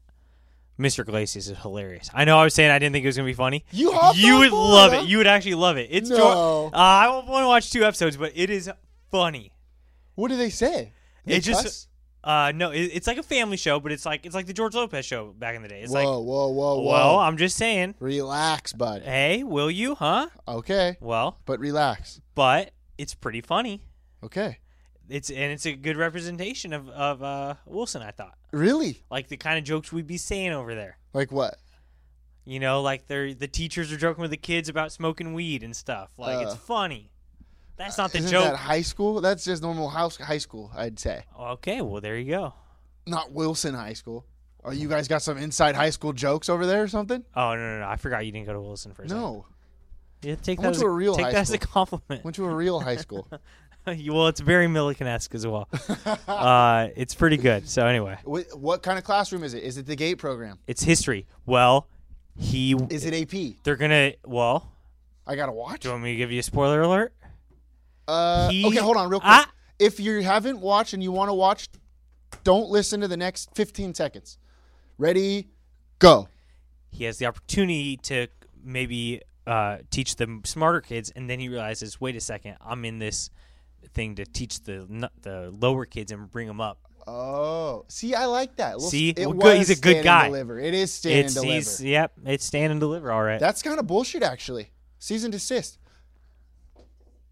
C: Mr. Glacius is hilarious. I know I was saying I didn't think it was gonna be funny.
B: You hopped
C: you
B: on
C: would
B: board,
C: love
B: huh?
C: it. You would actually love it. It's
B: No.
C: uh, I want to watch two episodes, but it is funny.
B: What do they say? They
C: it just
B: cuss?
C: uh no, it, it's like a family show, but it's like it's like the George Lopez show back in the day. It's
B: whoa,
C: like
B: whoa, whoa, whoa,
C: well, I'm just saying,
B: relax, bud.
C: hey, will you? Huh?
B: Okay,
C: Well,
B: but relax.
C: but it's pretty funny.
B: Okay,
C: It's and it's a good representation of of uh, Wilson. I thought
B: really?
C: like the kind of jokes we'd be saying over there.
B: Like what?
C: You know, like they're the teachers are joking with the kids about smoking weed and stuff. Like it's
B: Uh.
C: funny. That's not the
B: Isn't
C: joke.
B: that high school? That's just normal house high school, I'd say.
C: okay, well there you go.
B: Not Wilson High School. Oh, you guys got some inside high school jokes over there or something?
C: Oh no, no, no! I forgot you didn't go to Wilson for a second.
B: No.
C: yeah, take
B: I
C: that
B: went
C: as
B: to a real
C: take
B: high
C: that as a
B: school.
C: compliment.
B: Went to a real high school.
C: well, it's very Millikan-esque as well. uh, it's pretty good. So anyway,
B: what, what kind of classroom is it? Is it the gate program?
C: it's history. Well, he
B: Is it AP?
C: they're gonna. Well,
B: I gotta watch.
C: do you want me to give you a spoiler alert?
B: Uh,
C: He-
B: okay, hold on, real quick.
C: Ah!
B: if you haven't watched and you want to watch, don't listen to the next 15 seconds. Ready, go.
C: He has the opportunity to maybe uh, teach the smarter kids, and then he realizes, wait a second, I'm in this thing to teach the n- the lower kids and bring them up.
B: Oh, see, I like that. Little-
C: See?
B: it
C: Well, good-
B: was
C: he's a good
B: stand and
C: guy.
B: Deliver. It is stand
C: It's
B: and deliver.
C: he's- yep, it's stand and deliver. All right,
B: That's kind of bullshit, actually. Season desist.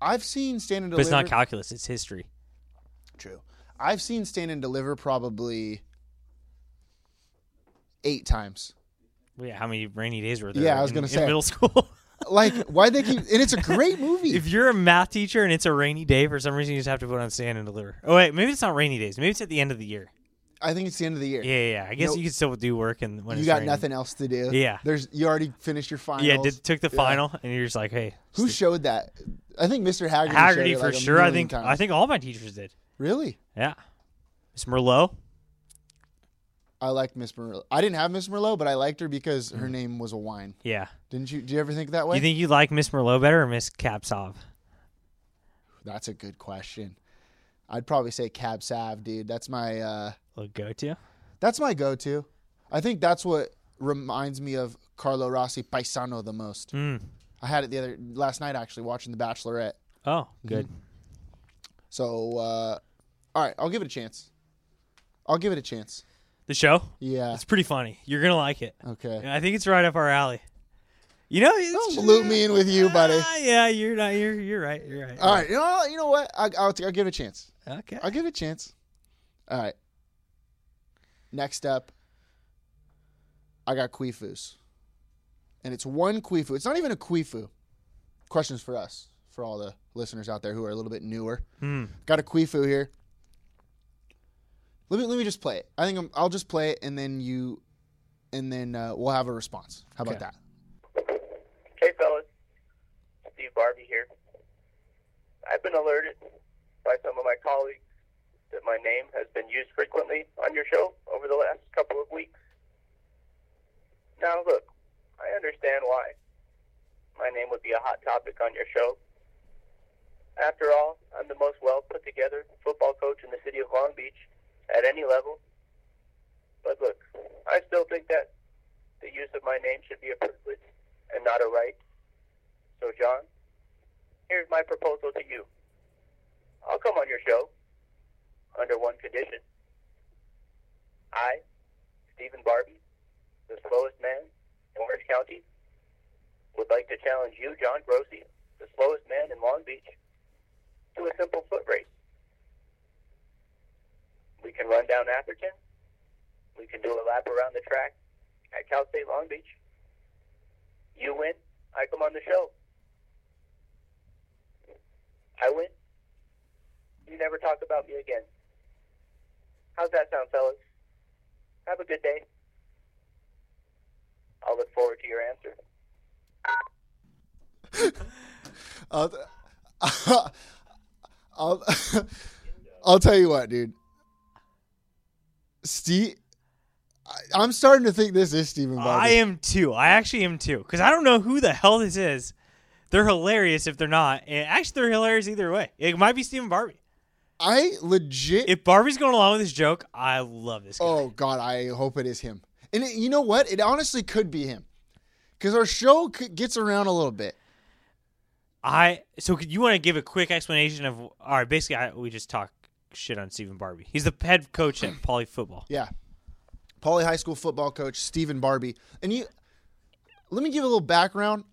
B: I've seen stand and
C: but it's
B: deliver.
C: not calculus; it's history.
B: True. I've seen stand and deliver probably eight times.
C: Yeah, how many rainy days were there?
B: Yeah, I was
C: in-
B: gonna
C: in
B: say.
C: middle school.
B: Like, why they keep? And it's a great movie.
C: if you're a math teacher and it's a rainy day for some reason, you just have to put on stand and deliver. Oh wait, maybe it's not rainy days. Maybe it's at the end of the year.
B: I think it's the end of the year.
C: Yeah, yeah. yeah. I guess
B: Nope.
C: you can still do work and when
B: you
C: it's
B: got
C: raining.
B: nothing else to do.
C: Yeah.
B: There's you already finished your finals.
C: Yeah, did, took the
B: Yeah.
C: final, and you're just like, hey,
B: Who showed that? I think Mr. Haggerty.
C: Haggerty
B: showed it
C: for
B: like a
C: sure. I
B: million
C: think
B: times.
C: I think all my teachers did.
B: really.
C: Yeah, Miss Merlot.
B: I liked Miss Merlot. I didn't have Miss Merlot, but I liked her because her name was a wine.
C: Yeah.
B: Didn't you? Do you ever think that way?
C: You think you like Miss Merlot better or Miss Kapsov?
B: That's a good question. I'd probably say Cab Sav, dude. That's my uh,
C: Well, go to.
B: that's my go-to. I think that's what reminds me of Carlo Rossi Paisano the most.
C: Hmm.
B: I had it the other last night actually watching The Bachelorette.
C: Oh, good.
B: So, uh, all right, I'll give it a chance. I'll give it a chance.
C: The show.
B: Yeah.
C: It's pretty funny. You're gonna like it.
B: Okay.
C: And I think it's right up our alley. You know, it's
B: Don't loop me in with you, buddy. Uh,
C: Ah, yeah, you're not. You're you're right. You're right.
B: All right. You know, you know what? I, I'll, I'll give it a chance.
C: Okay.
B: I'll give it a chance. All right. Next up, I got Queefus. And it's one Queefu. It's not even a Queefu. Questions for us, for all the listeners out there who are a little bit newer. Got a Queefu here. Let me let me just play it. I think I'm, I'll just play it, and then you, and then uh, we'll have a response. How about
C: Okay.
B: that?
I: Hey, fellas. Steve Barbie here. I've been alerted by some of my colleagues that my name has been used frequently on your show over the last couple of weeks. Now, look, I understand why. My name would be a hot topic on your show. After all, I'm the most well put together football coach in the city of Long Beach at any level. But look, I still think that the use of my name should be a privilege and not a right. So, John, here's my proposal to you. I'll come on your show under one condition. I, Stephen Barbie, the slowest man in Orange County, would like to challenge you, John Grossi, the slowest man in Long Beach, to a simple foot race. We can run down Atherton. We can do a lap around the track at Cal State Long Beach. You win, I come on the show. I win. You never talk about me again. How's that sound, fellas? Have a good day. I'll look forward to your answer.
B: I'll, I'll, I'll tell you what, dude. Steve, I- I'm starting to think this is Stephen Bobby.
C: I am too. I actually am too. Because I don't know who the hell this is. They're hilarious if they're not. And actually, they're hilarious either way. It might be Stephen Barbie.
B: I legit.
C: If Barbie's going along with this joke, I love this guy.
B: oh God, I hope it is him. And it, you know what? It honestly could be him, because our show c- gets around a little bit.
C: I so could you want to give a quick explanation of all right? Basically, I, we just talk shit on Stephen Barbie. He's the head coach at Poly Football.
B: Yeah. Pauley High School football coach Stephen Barbie. And you let me give a little background.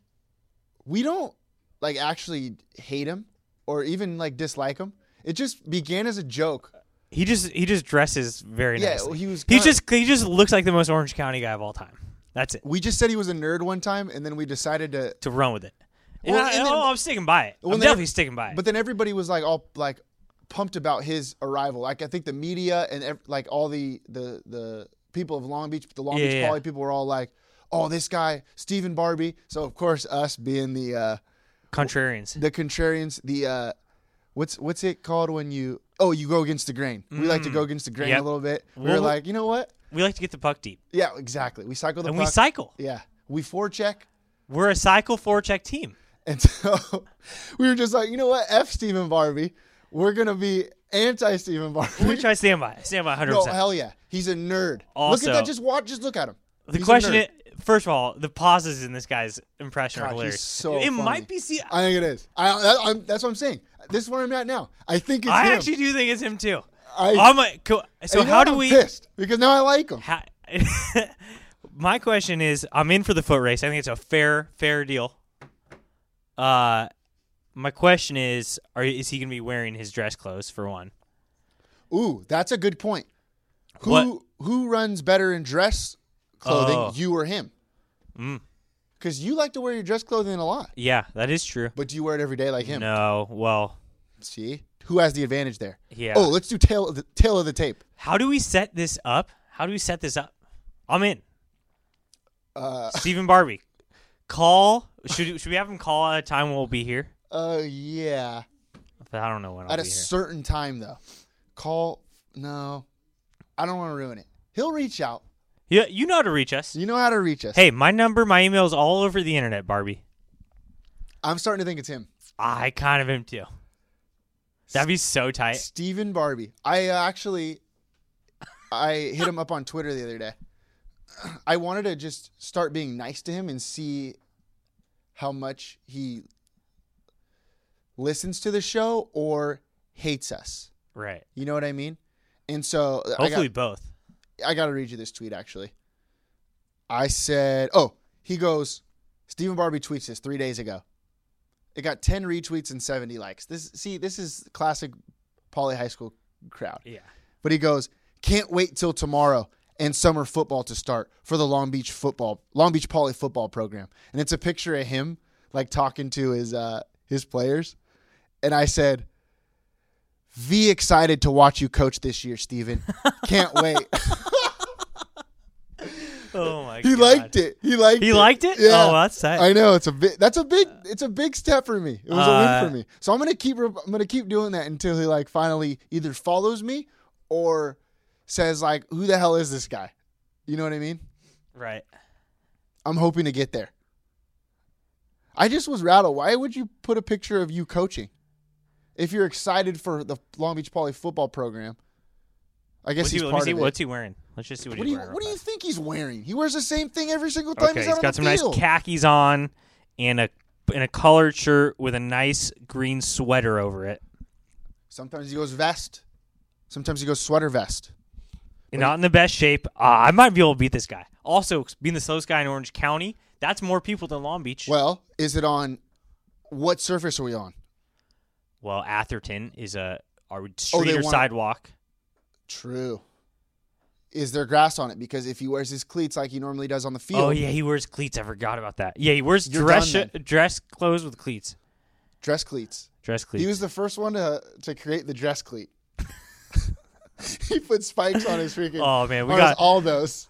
B: We don't like actually hate him or even like dislike him. It just began as a joke.
C: He just he just dresses very
B: Yeah,
C: nicely.
B: well, he was
C: he
B: kinda-
C: just he just looks like the most Orange County guy of all time. That's it.
B: We just said he was a nerd one time and then we decided to
C: To run with it, And
B: Well,
C: I,
B: and then-
C: oh, I'm sticking by it.
B: Well,
C: I'm
B: they-
C: definitely sticking by it.
B: But then everybody was like all like pumped about his arrival. Like I think the media and ev- like all the the the people of Long Beach, the Long
C: Yeah,
B: Beach
C: yeah.
B: Poly people were all like, "Oh, this guy, Stephen Barbie." So of course, us being the uh
C: Contrarians.
B: the contrarians, the uh what's what's it called when you oh you go against the grain. We like to go against the grain
C: Mm. Yep.
B: a little bit. We were
C: Well,
B: like, you know what?
C: We like to get the puck deep,
B: Yeah, exactly. We cycle the
C: and we
B: puck.
C: cycle.
B: Yeah, we forecheck.
C: We're a cycle four check team.
B: And so we were just like, you know what? F Stephen Barbie. We're going to be anti Stephen Barbie.
C: Which I stand by. I stand by 100.
B: no,
C: percent
B: hell yeah. He's a nerd.
C: Also-
B: look at that. Just watch. Just look at him.
C: The
B: He's a
C: question
B: nerd.
C: is, first of all, the pauses in this guy's impression
B: God,
C: are
B: he's
C: hilarious.
B: so
C: it
B: funny.
C: might be. See, I,
B: I think it is. I, I, am that's what I'm saying. This is where I'm at now. I think it's him.
C: actually do think it's him too.
B: I-
C: I'm a, co-
B: And you
C: so
B: know
C: how
B: what?
C: do
B: I'm
C: we?
B: Pissed because now I like him.
C: Ha- my question is, I'm in for the foot race. I think it's a fair, fair deal. Uh, my question is, are is he going to be wearing his dress clothes for one?
B: Ooh, that's a good point. Who
C: What?
B: who runs better in dress clothing,
C: Oh. Mm.
B: you or him? Because you like to wear your dress clothing a lot,
C: Yeah, that is true.
B: but do you wear it every day like him?
C: No, well,
B: See who has the advantage there?
C: Yeah.
B: Oh, let's do tail of the tail of the tape.
C: how do we set this up? How do we set this up? I'm in. Uh, Stephen Barbie, call. Should should we have him call at a time we'll be here?
B: Uh, yeah.
C: But I don't know when I'll
B: At a
C: be here.
B: certain time though, call. No, I don't want to ruin it. He'll reach out.
C: yeah, you know how to reach us.
B: You know how to reach us.
C: Hey, my number, my email is all over the internet, Barbie.
B: I'm starting to think it's him,
C: I kind of am too. That'd be so tight.
B: Steven Barbie. I uh, actually, I hit him up on Twitter the other day. I wanted to just start being nice to him and see how much he listens to the show or hates us.
C: Right.
B: You know what I mean? And so uh, I got-
C: Hopefully both.
B: I got to read you this tweet actually. I said, oh, he goes, Stephen Barbie tweets this three days ago. It got 10 retweets and 70 likes. This See, this is classic poly high school crowd.
C: Yeah.
B: But he goes, can't wait till tomorrow and summer football to start for the Long Beach football, Long Beach poly football program. And it's a picture of him like talking to his, uh, his players. And I said, V excited to watch you coach this year, Steven. Can't wait.
C: Oh my god.
B: He liked it. He liked.
C: He
B: it.
C: liked it?
B: Yeah.
C: Oh, that's tight.
B: I know it's a big. That's a big. It's a big step for me. It was a
C: Uh,
B: win for me. So I'm gonna keep. re- I'm gonna keep doing that until he like finally either follows me or says like, "Who the hell is this guy?" You know what I mean?
C: Right.
B: I'm hoping to get there. I just was rattled. Why would you put a picture of you coaching if you're excited for the Long Beach Poly football program? I guess
C: What's he,
B: he's
C: let me
B: part
C: see.
B: of it.
C: What's he wearing? Let's just see what,
B: what do
C: he's
B: you
C: wearing. real
B: What do you
C: fast.
B: think he's wearing? He wears the same thing every single time
C: Okay,
B: he's out
C: he's
B: on
C: got
B: the
C: some
B: field.
C: nice khakis on and a and a collared shirt with a nice green sweater over it.
B: Sometimes he goes vest. Sometimes he goes sweater vest.
C: And not in the best shape. Uh, I might be able to beat this guy. Also, being the slowest guy in Orange County, that's more people than Long Beach.
B: Well, is it on what surface are we on?
C: Well, Atherton is a are we street
B: Oh, they
C: or
B: want-
C: sidewalk.
B: True. Is there grass on it? Because if he wears his cleats like he normally does on the field,
C: Oh yeah, he wears cleats. I forgot about that. Yeah, he wears
B: You're
C: dress
B: done then.
C: dress clothes with cleats.
B: dress cleats.
C: Dress cleats.
B: He was the first one to to create the dress cleat. he put spikes on his freaking.
C: Oh, man, we
B: on his
C: got-
B: Aldos.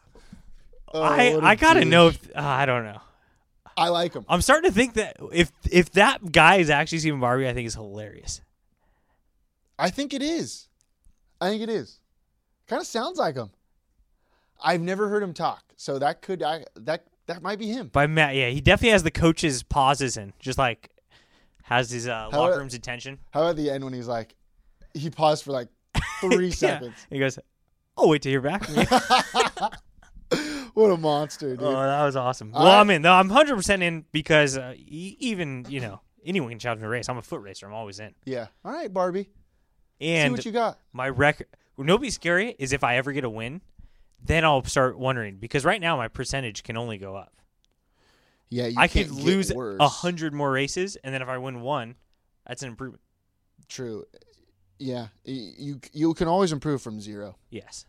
B: Oh,
C: I
B: what a
C: I gotta
B: douche.
C: know. If, uh, I don't know.
B: I like him.
C: I'm starting to think that if if that guy is actually Stephen Barbie, I think is hilarious.
B: I think it is. I think it is. Kind of sounds like him. I've never heard him talk, so that could I that that might be him.
C: By Matt, yeah, he definitely has the coach's pauses and just like has his uh,
B: How-
C: locker room's attention.
B: How about the end when he's like, he paused for like three
C: Yeah.
B: seconds.
C: He goes, "I'll wait to hear back from you."
B: What a monster, dude!
C: oh, that was awesome.
B: All
C: well,
B: right.
C: I'm in. though. I'm 100 percent in because uh, e- even you know anyone can challenge me to race. I'm a foot racer. I'm always in.
B: yeah. All right, Barbie. See
C: And
B: what you got.
C: my record nobody's scary is if i ever get a win then i'll start wondering because right now my percentage can only go up
B: Yeah, you
C: i
B: can't
C: could
B: get
C: lose
B: worse.
C: a hundred more races and then if i win one that's an improvement
B: True. Yeah, y- you you can always improve from zero.
C: yes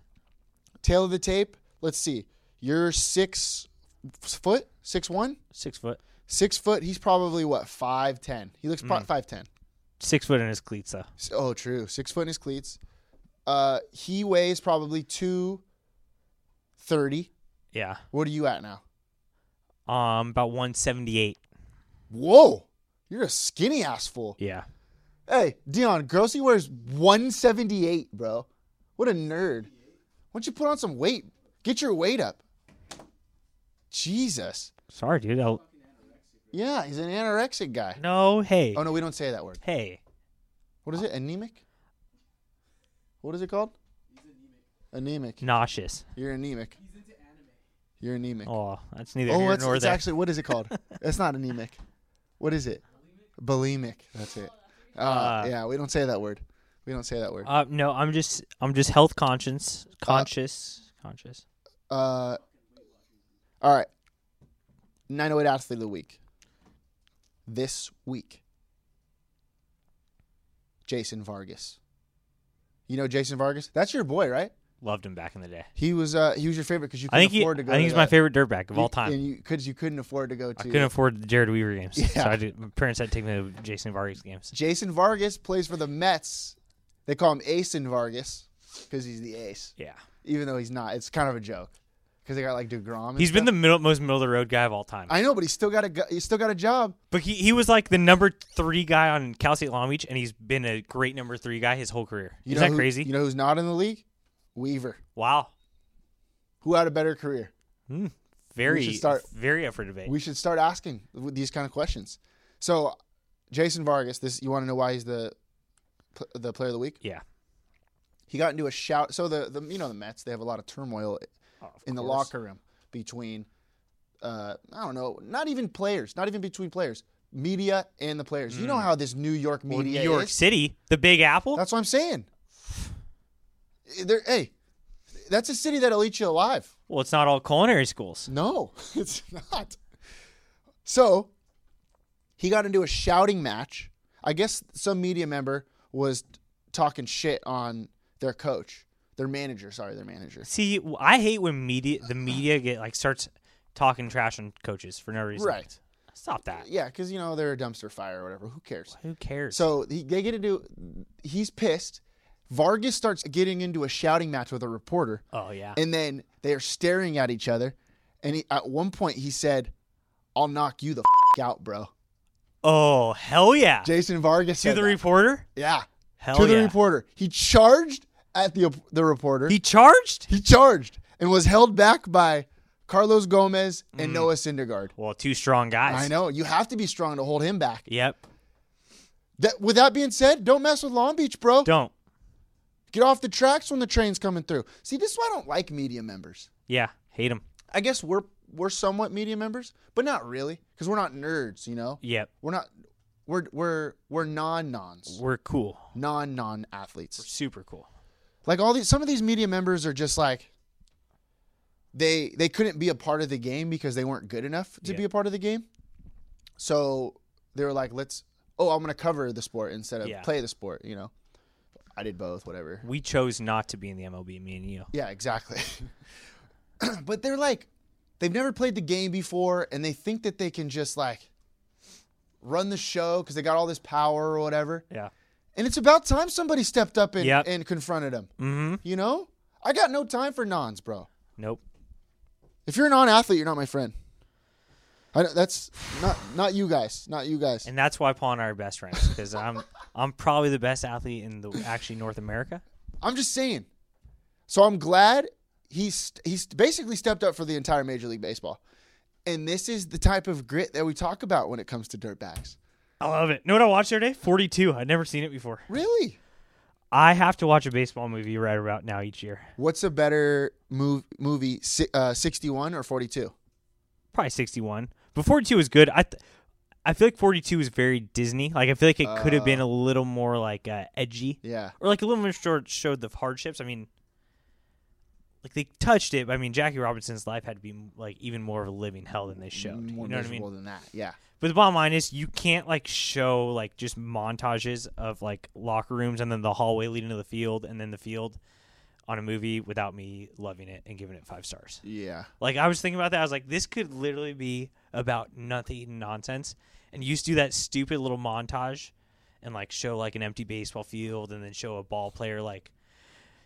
B: Tail of the tape. Let's see. You're six foot, six one.
C: six foot
B: Six foot, he's probably what five ten. He looks pro- five ten.
C: Six foot in his cleats though.
B: S- Oh, true. Six foot in his cleats. Uh, he weighs probably two thirty.
C: Yeah.
B: What are you at now?
C: Um, about one seventy eight.
B: Whoa, you're a skinny ass fool.
C: Yeah.
B: Hey, Dion, Grossi wears one seventy eight, bro. What a nerd. Why don't you put on some weight? Get your weight up. Jesus.
C: Sorry, dude. I'll-
B: Yeah, he's an anorexic guy.
C: no. Hey.
B: Oh no, we don't say that word.
C: Hey.
B: What is it? Anemic? What is it called? anemic.
C: Nauseous.
B: You're anemic. You're anemic.
C: Oh, that's neither
B: oh,
C: here
B: it's,
C: nor
B: it's
C: there.
B: actually what is it called? That's not anemic. What is it? Bulimic. That's it. Uh,
C: Ah.
B: yeah, we don't say that word. We don't say that word.
C: Uh, no, I'm just I'm just health conscious, conscious, conscious.
B: Uh, all right. 908 athlete of the week. This week. Jason Vargas. You know Jason Vargas? That's your boy, right?
C: Loved him back in the day.
B: He was uh, he was your favorite because you
C: I
B: couldn't
C: think he, I
B: afford to
C: think
B: go. to
C: he's my
B: the-
C: favorite dirtbag of
B: you-
C: all time.
B: And you because you couldn't afford to go to.
C: I couldn't afford the Jared Weaver games, so
B: Yeah.
C: I did, my parents had to take me to Jason Vargas games.
B: Jason Vargas plays for the Mets. They call him Asin Vargas because he's the ace,
C: Yeah,
B: even though he's not. It's kind of a joke because they got like Degrom. And
C: he's been the
B: stuff.
C: middle, most middle of the road guy of all time.
B: I know, but he's still got a go- he's still got a job.
C: but he, he was like the number three guy on Cal State Long Beach, and he's been a great number three guy his whole career.
B: You
C: Is
B: know
C: that
B: who-
C: crazy?
B: You know who's not in the league? Weaver,
C: wow,
B: who had a better career.
C: very
B: should start-
C: very up for debate.
B: We should start asking these kind of questions. So, Jason Vargas, this you want to know why he's the pl- the player of the week?
C: yeah,
B: he got into a shout. So the, the you know the Mets they have a lot of turmoil in the
C: Oh, course.
B: locker room between uh, I don't know, not even players, not even between players, media and the players. You know how this New York media
C: Mm. Well, New York
B: is.
C: City, the Big Apple.
B: That's what I'm saying. They're- hey, that's a city that'll eat you alive.
C: well, it's not all culinary schools.
B: No, it's not. So he got into a shouting match. I guess some media member was talking shit on their coach, their manager. Sorry, their manager.
C: See, w- I hate when media the media get like starts talking trash on coaches for no reason.
B: Right.
C: Stop that.
B: Yeah, because you know they're a dumpster fire or whatever. Who cares?
C: Who cares?
B: So he, they get into. He's pissed. Vargas starts getting into a shouting match with a reporter,
C: oh yeah.
B: and then they are staring at each other. And he, at one point, he said, "I'll knock you the f- out, bro."
C: oh hell yeah.
B: Jason Vargas
C: to
B: said
C: the
B: that.
C: reporter.
B: Yeah.
C: Hell
B: to the
C: yeah.
B: reporter. He charged at the the reporter.
C: He charged.
B: He charged and was held back by Carlos Gomez
C: Mm.
B: and Noah Syndergaard.
C: Well, two strong guys.
B: I know you have to be strong to hold him back.
C: Yep.
B: That, with that being said, don't mess with Long Beach, bro.
C: Don't.
B: Get off the tracks when the train's coming through. See, this is why I don't like media members.
C: Yeah. Hate him.
B: I guess we're we're somewhat media members, but not really, because we're not nerds. You know,
C: Yep.
B: we're not we're we're we're non nons,
C: We're cool.
B: non non athletes.
C: Super cool.
B: like all these some of these media members are just like they they couldn't be a part of the game because they weren't good enough to be a part of the game so they were like let's oh i'm gonna cover the sport instead of
C: Yeah.
B: play the sport you know i did both whatever
C: We chose not to be in the MLB. Me and you.
B: yeah exactly but they're like they've never played the game before and they think that they can just like run the show because they got all this power or whatever
C: Yeah.
B: and it's about time somebody stepped up and,
C: Yep.
B: and confronted him. Mm-hmm. You know? I got no time for nons, bro.
C: Nope.
B: If you're a non athlete, you're not my friend. I don't- that's not not you guys. Not you guys.
C: And that's why Paul and I are best friends because I'm I'm probably the best athlete in the actually North America.
B: I'm just saying. So I'm glad he's he's basically stepped up for the entire Major League Baseball. And this is the type of grit that we talk about when it comes to dirtbags.
C: I love it. You know what I watched the other day? 42. I'd never seen it before.
B: Really?
C: I have to watch a baseball movie right about now each year.
B: What's a better move, movie, si- uh, 61 or 42?
C: Probably 61. But 42 is good. I th- I feel like 42 is very Disney. Like I feel like it could have been a little more like uh, edgy.
B: Uh. Yeah.
C: or like a little more short showed the hardships. I mean, like they touched it. But I mean, Jackie Robinson's life had to be like even more of a living hell than they showed.
B: More
C: you know what I
B: miserable
C: mean?
B: than that. Yeah.
C: But the bottom line is, you can't like show like just montages of like locker rooms and then the hallway leading to the field and then the field on a movie without me loving it and giving it five stars.
B: Yeah.
C: Like I was thinking about that, I was like, this could literally be about nothing nonsense. And you used to do that stupid little montage and like show like an empty baseball field and then show a ball player like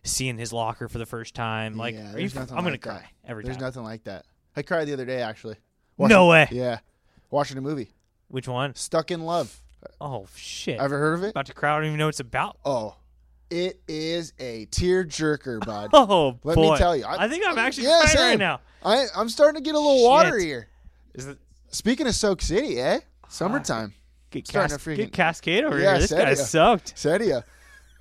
C: seeing his locker for the first time. Like
B: yeah,
C: are you
B: there's
C: f-
B: nothing
C: I'm gonna
B: like that.
C: cry every
B: There's
C: time.
B: nothing like that. I cried the other day actually.
C: No way.
B: Yeah. Watching a movie.
C: Which one?
B: Stuck in Love.
C: Oh shit.
B: Ever heard of it?
C: about to cry, I don't even know what it's about.
B: Oh. It is a tear jerker, bud.
C: Oh
B: Let
C: boy.
B: me tell you.
C: I, think I'm actually
B: yeah,
C: crying right
B: same.
C: now.
B: I, I'm starting to get a little water
C: Shit.
B: here.
C: Is it
B: Speaking of Soak City, eh? Summertime.
C: get,
B: starting
C: cas-
B: to
C: get
B: freaking-
C: Cascade over
B: Yeah,
C: here? This guy
B: Sadio.
C: sucked.
B: Sedia.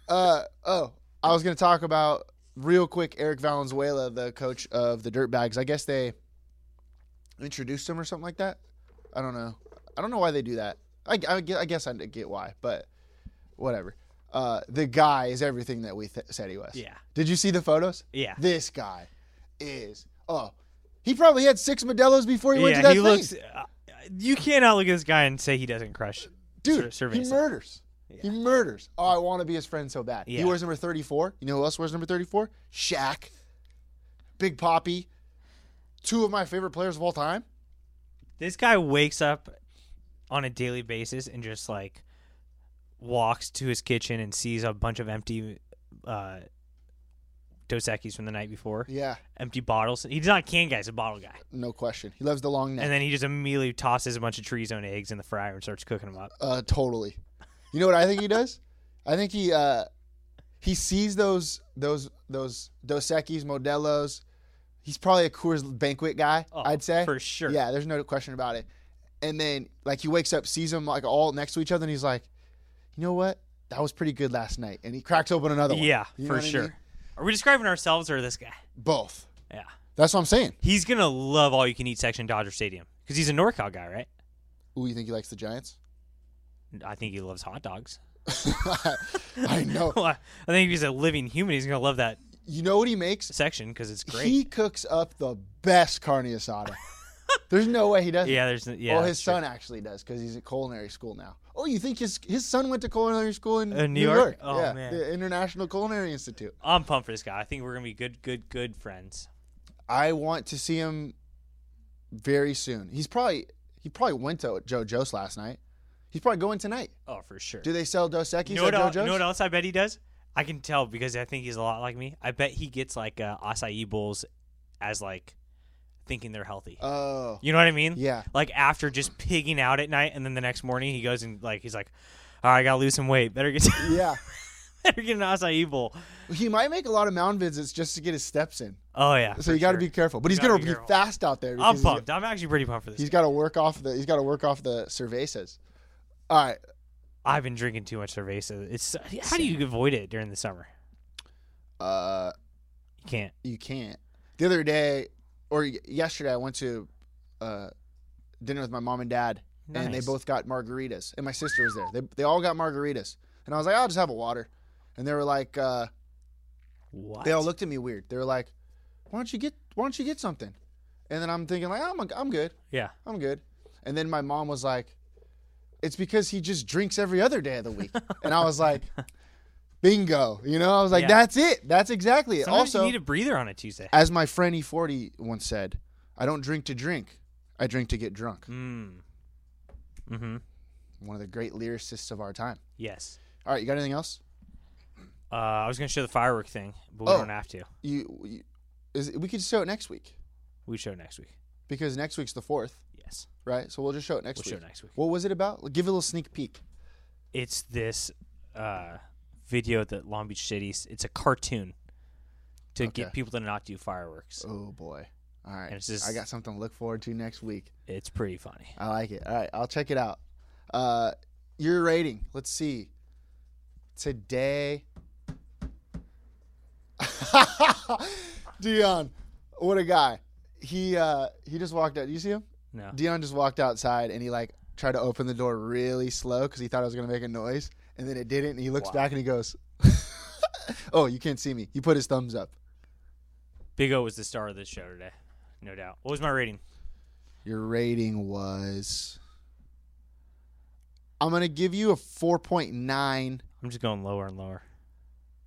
B: Uh, oh, I was going to talk about real quick Eric Valenzuela, the coach of the Dirtbags. I guess they introduced him or something like that. I don't know. I don't know why they do that. I, I gue- I guess I get why, but whatever. Uh, the guy is everything that we th- said he was.
C: Yeah.
B: Did you see the photos?
C: Yeah.
B: This guy is. Oh, he probably had six Modelo's before he went to
C: yeah,
B: that thing.
C: he looks. Uh, you cannot look at this guy and say he doesn't crush.
B: Dude,
C: sur-
B: he
C: surveys it.
B: murders. He murders. Oh, I want to be his friend so bad. He
C: Yeah.
B: wears number 34. You know who else wears number 34? Shaq. Big Poppy. Two of my favorite players of all time.
C: This guy wakes up on a daily basis and just like walks to his kitchen and sees a bunch of empty uh, Dos Equis from the night before,
B: Yeah,
C: empty bottles. He's not a can guy; he's a bottle guy.
B: no question. He loves the long neck.
C: And then he just immediately tosses a bunch of Treezone eggs in the fryer and starts cooking them up.
B: uh, totally. You know what I think he does? I think he uh, he sees those those those Dos Equis, Modelo's. He's probably a Coors Banquet guy.
C: Oh,
B: I'd say
C: for sure.
B: Yeah, there's no question about it. And then like he wakes up, sees them like all next to each other, and he's like, you know what? That was pretty good last night. And he cracks open another one.
C: Yeah,
B: You know
C: for
B: what I
C: sure.
B: mean?
C: Are we describing ourselves or this guy?
B: Both.
C: Yeah,
B: That's what I'm saying.
C: he's gonna love all you can eat section Dodger Stadium because he's a NorCal guy, right?
B: Ooh, you think he likes the Giants?
C: I think he loves hot dogs.
B: I know.
C: Well, I think if he's a living human, he's gonna love that
B: You know what he makes?
C: section because it's great.
B: He cooks up the best carne asada. there's no way he doesn't.
C: yeah, there's yeah.
B: oh, his
C: that's true.
B: son actually does because he's at culinary school now. Oh, you think his his son went to culinary school in
C: Uh, New
B: New
C: York?
B: York?
C: Oh,
B: yeah,
C: man.
B: the International Culinary Institute.
C: I'm pumped for this guy. I think we're gonna be good, good, good friends.
B: I want to see him very soon. He's probably he probably went to Joe Joe's last night. He's probably going tonight.
C: Oh, for sure.
B: Do they sell Dos Equis
C: you know what,
B: at
C: el-
B: Joe
C: know what
B: Joe's?
C: else I bet he does? I can tell because I think he's a lot like me. I bet he gets like uh, acai bowls as like thinking they're healthy.
B: Oh,
C: you know what I mean?
B: yeah.
C: Like after just pigging out at night, and then the next morning he goes and like he's like, "All right, I gotta lose some weight. Better get
B: yeah.
C: better get an acai bowl."
B: He might make a lot of mound visits just to get his steps in.
C: Oh yeah.
B: So
C: for
B: you got to
C: sure.
B: be careful. But he's
C: gotta
B: gonna
C: be
B: be,
C: careful.
B: fast out there. because
C: I'm
B: he's got-
C: pumped. I'm actually pretty pumped for this.
B: He's got to work off the. He's got to work off the cervezas. All right.
C: I've been drinking too much cerveza. It's how do you avoid it during the summer?
B: Uh,
C: You can't.
B: you can't. The other day, or y- yesterday, I went to uh, dinner with my mom and dad, and they
C: Nice.
B: both got margaritas, and my sister was there. They they all got margaritas, and I was like, I'll just have a water, and they were like, uh,
C: What?
B: they all looked at me weird. They were like, Why don't you get Why don't you get something? And then I'm thinking like, I'm I'm good,
C: yeah.
B: I'm good. And then my mom was like, It's because he just drinks every other day of the week, and I was like. Bingo, you know. I was like,
C: Yeah.
B: "That's it. That's exactly it."
C: Sometimes
B: also,
C: you need a breather on a Tuesday.
B: as my friend E40 once said, I don't drink to drink. I drink to get drunk.
C: Mm. Mm-hmm.
B: One of the great lyricists of our time.
C: Yes.
B: All right, you got anything else?
C: Uh, I was gonna show the firework thing, but we
B: Oh.
C: don't have to.
B: You, you is, we could show it next week
C: We show next week.
B: because next week's the 4th,
C: Yes.
B: right? So we'll just show it next
C: We'll show
B: week.
C: it next week.
B: What was it about? Give it a little sneak peek.
C: It's this uh, video that Long Beach City's. It's a cartoon to get
B: Okay.
C: people to not do fireworks.
B: Oh boy. All right.
C: And it's just-
B: I got something to look forward to next week.
C: It's pretty funny.
B: I like it. All right, I'll check it out. Uh your rating. Let's see. Today Dion, what a guy. He uh he just walked out. Do you see him?
C: No.
B: Dion just walked outside and he like tried to open the door really slow cuz he thought it was going to make a noise and then it didn't and he looks back and he goes Oh, you can't see me. He put his thumbs up.
C: Big O was the star of this show today, no doubt. What was my rating?
B: Your rating was. I'm gonna give you a 4.9.
C: I'm just going lower and lower.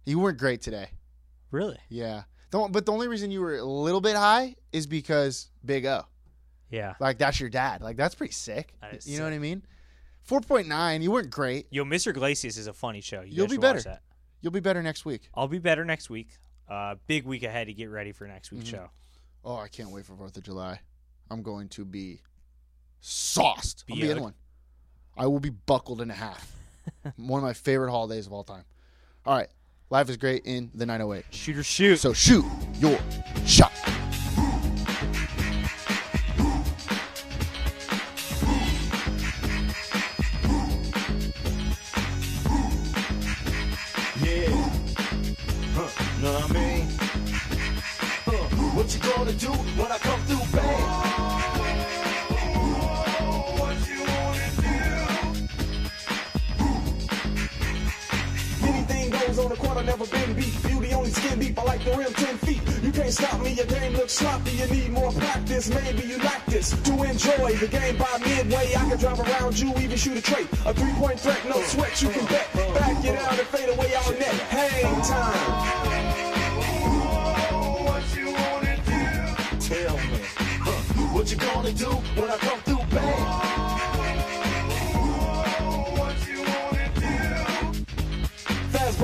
B: You weren't great today.
C: Really?
B: Yeah. The one- but the only reason you were a little bit high is because Big O.
C: Yeah.
B: Like that's your dad. Like that's pretty sick.
C: That is
B: you know what I mean? 4.9, you weren't great.
C: Yo, Mr. Glacius is a funny show. You
B: You'll
C: guys
B: be
C: should watch
B: better.
C: that.
B: You'll be better next week.
C: I'll be better next week. Uh, big week ahead to get ready for next week's show.
B: Oh, I can't wait for 4th of July. I'm going to be sauced. I'm the
C: Yuck.
B: other one. I will be buckled in half. one of my favorite holidays of all time. All right. Life is great in the 908.
C: Shoot or shoot.
B: So shoot your shot.
J: Yeah. Huh, know what I mean? Huh, what you gonna do when I come through, bang? What you wanna do? Anything goes on the court, I never been beat. Beauty only skin deep, I like the rim 10 feet. You can't stop me, your game looks sloppy. You need more practice, maybe you like this. To enjoy the game by midway, I can drive around you, even shoot a trait. A three point threat, no sweat, you can bet. Back it out and fade away all net. Hang time. Tell me, huh, what you gonna do when I come through, bang? Fast